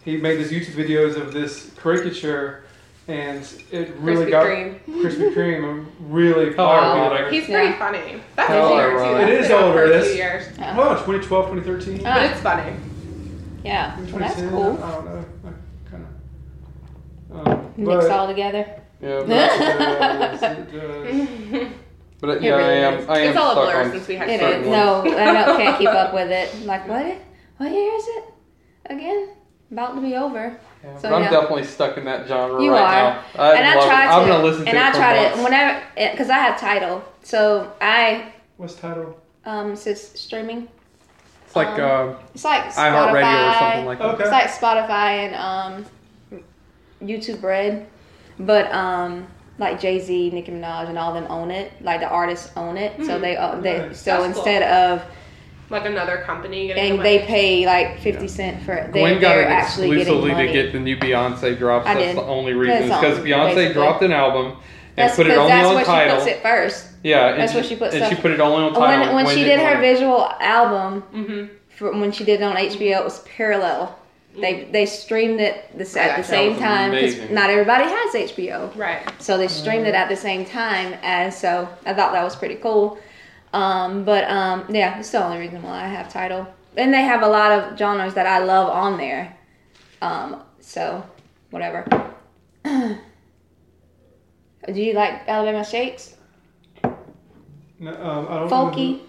he made these YouTube videos of this caricature, and it really
Krispy
got
Kreme.
Krispy Kreme really
Oh,
Wow.
popular.
He's
Yeah.
pretty funny. That's
Oh,
older too.
right.
It
That's
is
been out
older,
for a
that's-
few years.
Oh, 2012, 2013,
Ah.
But it's funny.
Yeah, well, that's
2010,
cool.
I don't know, kind of. Um,
Mix
but-
all together.
Yeah.
(laughs)
It
But,
does, it does.
(laughs)
but
It
yeah,
really
I
is.
am. I am
It's all a
stuck
blur
on
since we had
It
certain
is.
ones.
No, I know, can't keep up with it. Like, what? i- What year is it? Again? About to be over.
Yeah.
So,
I'm
yeah.
definitely stuck in that genre
You
right
are.
now. I
and I
love
try
it.
to.
I'm gonna listen
and
to it
I
for
try
months.
to whenever because I have title, so I (laughs)
What's title?
um it says streaming.
It's like um,
It's like Spotify.
iHeartRadio or something like that.
Okay.
It's like Spotify and um, YouTube Red, but um, like Jay Z, Nicki Minaj, and all them own it. Like the artists own it, so
Mm,
they own they
nice.
so
That's cool.
instead of
Like another company getting
and
the
they
money.
pay like fifty cent for it. They,
Gwen got
they're
it
actually
exclusively
getting money.
to get the new Beyonce drops.
I
that's
did.
the only reason.
That's
because
all,
Beyonce
basically.
dropped an album and
that's
put it
because
only
that's
on
where
title.
she puts it first.
yeah, and
that's where she puts
And
stuff.
she put it only on title.
When, when she did her
video,
visual album,
Mhm.
for, when she did it on HBO, it was parallel. They they streamed it this, at
Gotcha.
the same
Mm. That was
time because
amazing.
not everybody has HBO.
Right.
So they streamed it at the same time, and so I thought that was pretty cool. Um, but um, yeah, it's the only reason why I have title. And they have a lot of genres that I love on there. Um, so whatever. (clears throat) Do you like Alabama Shakes?
No, um, I don't know who-
Folky.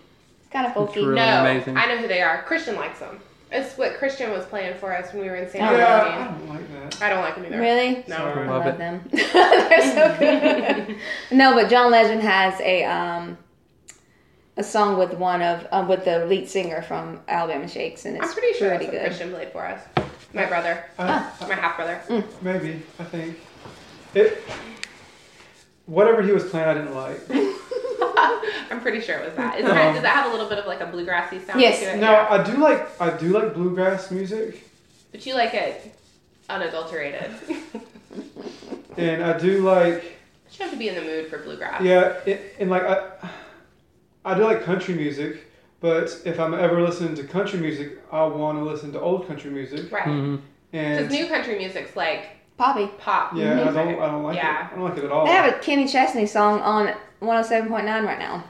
It's kind of folky.
really
no,
amazing.
I know who they are. Christian likes them. It's what Christian was playing for us when we were in San
Oh,
Antonio.
Yeah, I don't like that.
I don't like them either.
Really?
No.
I
Sorry.
love,
Love it.
them. (laughs) They're so good. no, but John Legend has a um, a song with one of um, with the lead singer from Alabama Shakes, and it's
(laughs) I'm pretty sure that's what
good.
Christian played for us. My brother,
I-
my half brother.
Mm.
Maybe I think it. Whatever he was playing, I didn't like.
(laughs)
(laughs)
I'm pretty sure it was that. Is it,
Um,
does that have a little bit of like a bluegrassy sound
Yes.
to it?
Now
Yeah.
I do like I do like bluegrass music,
But you like it unadulterated. (laughs) you
and I do like
have to be in the mood for bluegrass.
yeah, it, and like I, I do like country music. But if I'm ever listening to country music, I want to listen to old country music.
Right. Because
And
new country music's like
Poppy.
pop.
yeah, I
music.
don't I don't like
Yeah.
it. I don't like it at all.
oh They have a Kenny Chesney song on 107.9 right now.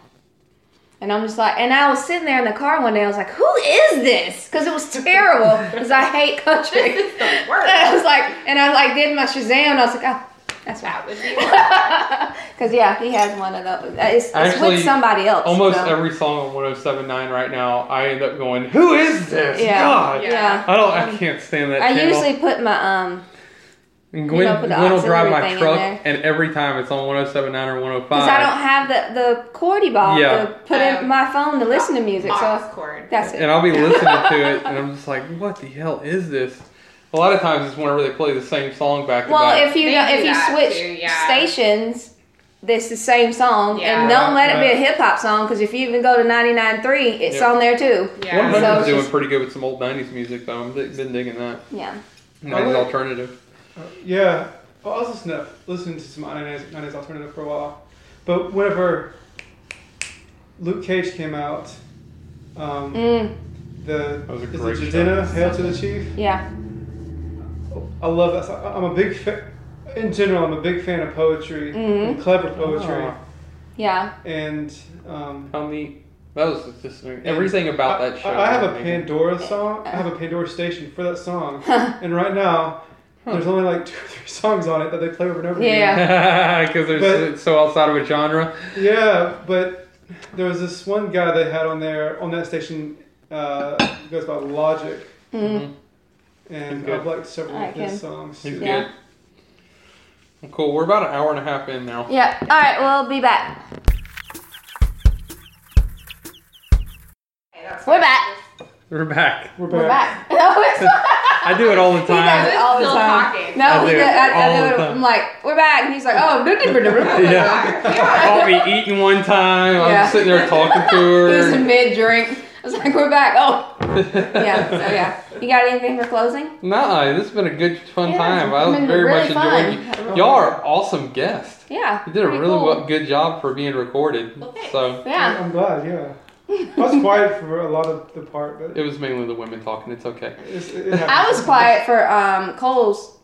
And I'm just like, and I was sitting there in the car one day. I was like, "Who is this?" Because it was
(laughs)
terrible. Because I hate country.
This is the worst.
And (laughs) I was like, and I like did my Shazam. And I was like, "Oh, that's right."
That would be worse.
(laughs) Because yeah, he has one of those. It's, it's
Actually,
with somebody else.
Almost
so.
every song on 1079 right now, I end up going, Who is this?
Yeah.
God.
Yeah.
Yeah.
I don't, I can't stand that.
I
channel.
usually put my um
And
You know,
Gwen,
put the
Gwen will drive
auxiliary
my
thing in
truck,
there.
and every time it's on 1079 or 105.
because I don't have the the cordy ball to
Yeah.
put
Oh.
in my phone to listen to music. So
Aux cord.
that's it.
and I'll be listening to it, and I'm just like, what the hell is this? A lot of times it's whenever they play the same song back to
Well,
back.
if you
They
don't-
do
if you
that
switch
too, yeah.
stations, it's the same song, and
Yeah.
don't let it be a
Right.
hip hop song because if you even go to 99.3, it's
Yeah.
on there too.
Yeah.
100
So
is
it's
doing
just-
pretty good with some old 90s music, though. I've been digging that.
Yeah,
90s
would-
alternative.
Yeah. Well, I was listening to, listening to some 90s, 90s alternative for a while. But whenever Luke Cage came out, um,
mm,
the
That was a
is it
great
Jadena, Hail to the Chief?
yeah,
I love that. song. I'm a big fan. In general, I'm a big fan of poetry
Mhm.
Mm-hmm.
and clever poetry.
Ah.
yeah.
And um,
How neat. That was just everything about
I,
that show.
I I have a
Amazing. (laughs)
Pandora song. I have a Pandora station for
(laughs)
that song.
yeah,
and right now,
Huh.
there's only like two or three (laughs) songs on it that they play over and over
Yeah.
again.
Because they're so- so outside of a genre.
Yeah, but there was this one guy they had on there on that station. Uh, he goes by Logic,
mm,
Mm-hmm.
and
Good.
I've liked several
I
of his
can-
songs.
He's
too.
Yeah.
good. Well, Cool. We're about an hour and a half in now.
yeah. All right, we'll be back.
Okay, that's
We're
fine.
back.
We're back.
We're back.
We're back. (laughs) No, it's
(laughs) I do it all
(laughs)
the
He does
time.
it all the
Still
time.
talking.
No,
I
he
do
does.
it
I, I
all the
do it.
time.
I'm like, we're back, and he's like, oh, (laughs)
Yeah. Caught me eating one time.
Yeah.
I'm sitting there talking to
he was in
her.
mid drink. I was like, we're back.
(laughs)
Oh, yeah. So yeah, you got anything for closing?
Nah, this has been a good, fun
Yeah,
time. I
it's
was
been
very
really
much enjoying
fun.
you. Y'all are awesome guests.
Yeah,
You did a
pretty
really
cool.
well, good job for being recorded.
Well, thanks.
so
Yeah.
I'm glad. Yeah, I
(laughs)
was quiet for a lot of the part, but
it was mainly the women talking. It's okay.
it's, it happens.
I was quiet for um Cole's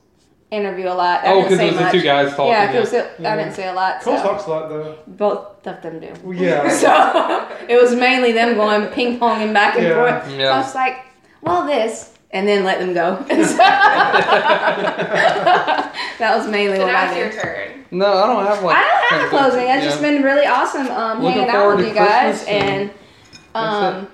interview a lot. I
oh,
didn't
because
say
it was
much.
the two guys talking.
yeah,
yeah.
because I didn't say a lot.
Cole
so.
talks a lot though.
Both of them do. (laughs)
Well, Yeah.
So it was mainly them going ping ponging back and
Yeah.
forth. So I
Yeah.
was like, well, this, and then let them go. (laughs)
(laughs)
So- that was mainly
So
what
now
I
it's your
did.
turn.
No, I don't have like.
I don't have a
something.
closing. It's just
Yeah.
been really awesome um,
Looking
hanging
forward
out with
to
you guys,
Christmas
and
and-
um,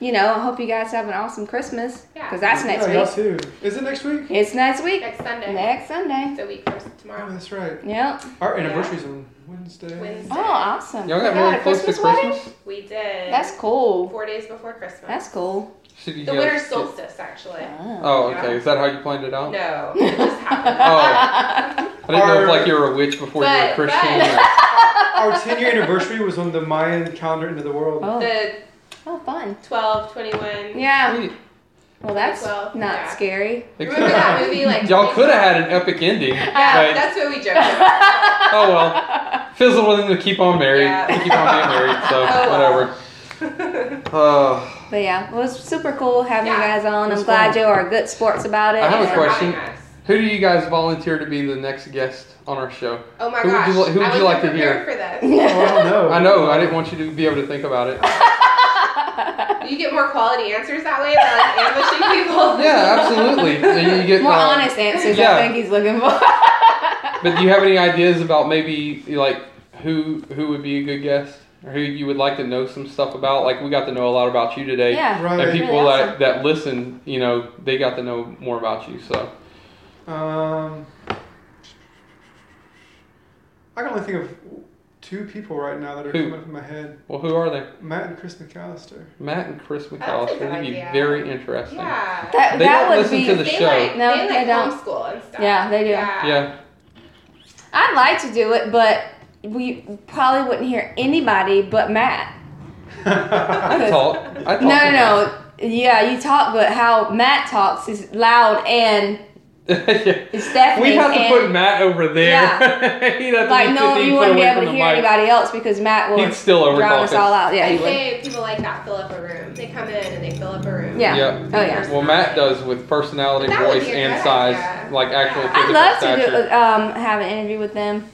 you know, I hope you guys have an awesome Christmas
Yeah.
because that's next
yeah, y'all
week.
too. Is it next week?
It's next week,
Next Sunday.
next Sunday.
It's a week from
Oh,
tomorrow.
that's right.
Yep.
Our anniversary's on Wednesday.
Oh,
Wednesday.
awesome. Oh
Y'all got
We
really
a
close to
wedding?
Christmas.
We did.
That's cool.
four days before Christmas.
That's cool.
Should you
the
guys-
winter solstice, actually.
Wow.
Oh,
Yeah.
okay. Is that how you planned it out? Oh.
(laughs)
No, it just happened.
I didn't know if
Our-
like you were a witch before you were a
But-
Christian.
but-
or-
Our 10 year anniversary was on the Mayan calendar into the world.
Oh,
The
oh, fun.
12, 21.
Yeah.
Sweet.
Well, that's
Well,
not
yeah.
scary.
Remember that movie?
(laughs)
Like
Y'all could have had an epic ending.
Yeah,
but-
that's what we
(laughs)
joked about.
oh well. Fizzled with them to keep on married.
Yeah.
They keep on being married, so
(laughs) Oh, well.
whatever. Uh,
But yeah, well, it was super cool having
Yeah.
you guys on.
It
I'm
was
glad
fun.
you are good sports about it.
I have a
and-
question.
Us.
who do you guys volunteer to be the next guest on our show?
Oh my
Who would
gosh.
you li- who would
I
you
wasn't
like to
prepared for this.
(laughs)
Oh, I don't know.
(laughs) I know. I didn't want you to be able to think about it.
You get more quality answers that way than like ambushing people.
(laughs) Yeah, absolutely. And you get
More
uh,
honest answers, I
yeah.
think he's looking for. (laughs)
But do you have any ideas about maybe like who who would be a good guest or who you would like to know some stuff about? Like we got to know a lot about you today.
yeah.
And
Right.
people
Really awesome.
that, that listen, you know, they got to know more about you. So
Um, I can only think of two people right now that are
Who?
coming up in my head
well, who are they?
Matt and Chris
(laughs)
McAllister.
Matt and Chris
That's a
McAllister.
good
That'd be
idea.
very interesting.
(laughs) Yeah.
That,
They
that
don't
would
listen
be.
to the
they
show.
like,
No,
they like
they don't.
homeschool and stuff.
Yeah, they do.
Yeah.
I'd like to do it, but we probably wouldn't hear anybody but Matt.
I talk. I talk.
No, no, no. Yeah, you talk, but how Matt talks is loud and
(laughs) yeah.
it's deafening.
We'd have to
and,
put Matt over there. (laughs) He'd have to
like
be
no,
15
you
foot
wouldn't be
away
able
from
to
the
hear
mic.
anybody else because Matt will
He'd still
drown
overtalk
us all
us.
out. Yeah,
I
he would.
say people like that fill up a room. They come in and they fill up a room.
Yeah.
Yeah.
Oh yeah.
Well, Matt does with personality,
That would
voice,
be a
and
good
size,
idea.
like actual
Yeah.
physical
I'd love
stature. (laughs)
to do, um, have an interview with them.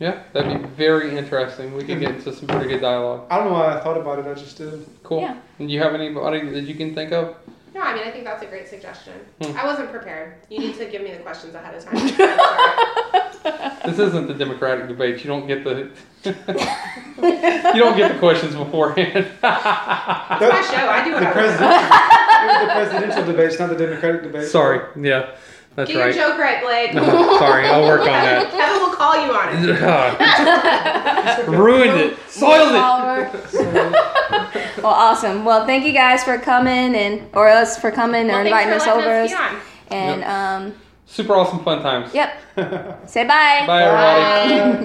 Yeah, that'd be very interesting. We could get
Mm-hmm.
into some pretty good dialogue.
I don't know why I thought about it. I just
(laughs)
did.
Cool.
Yeah.
And you have anybody that you can think of?
No, I mean I think that's a great suggestion.
Hmm.
I wasn't prepared. You need to give me the questions ahead
(laughs)
of time. I'm sorry.
This isn't the Democratic debate. You don't get the (laughs) you don't get the questions beforehand. (laughs)
That-
my show. I do what
the
I want.
presidential, it was the presidential debates, not the Democratic debate. (laughs)
Sorry. Yeah, that's
Get
right.
your joke right, Blake.
(laughs) Sorry, I'll work on
Kevin,
that.
(laughs) Kevin will call you on it.
Ruined it. Soiled it.
Oliver. (laughs) well, awesome. Well, thank you guys for coming and or us for coming or
Well,
inviting
thanks
us
for letting
over.
us be
us.
on.
And um,
Super awesome fun times.
yep.
Sorry.
Say
Bye everybody.
Bye.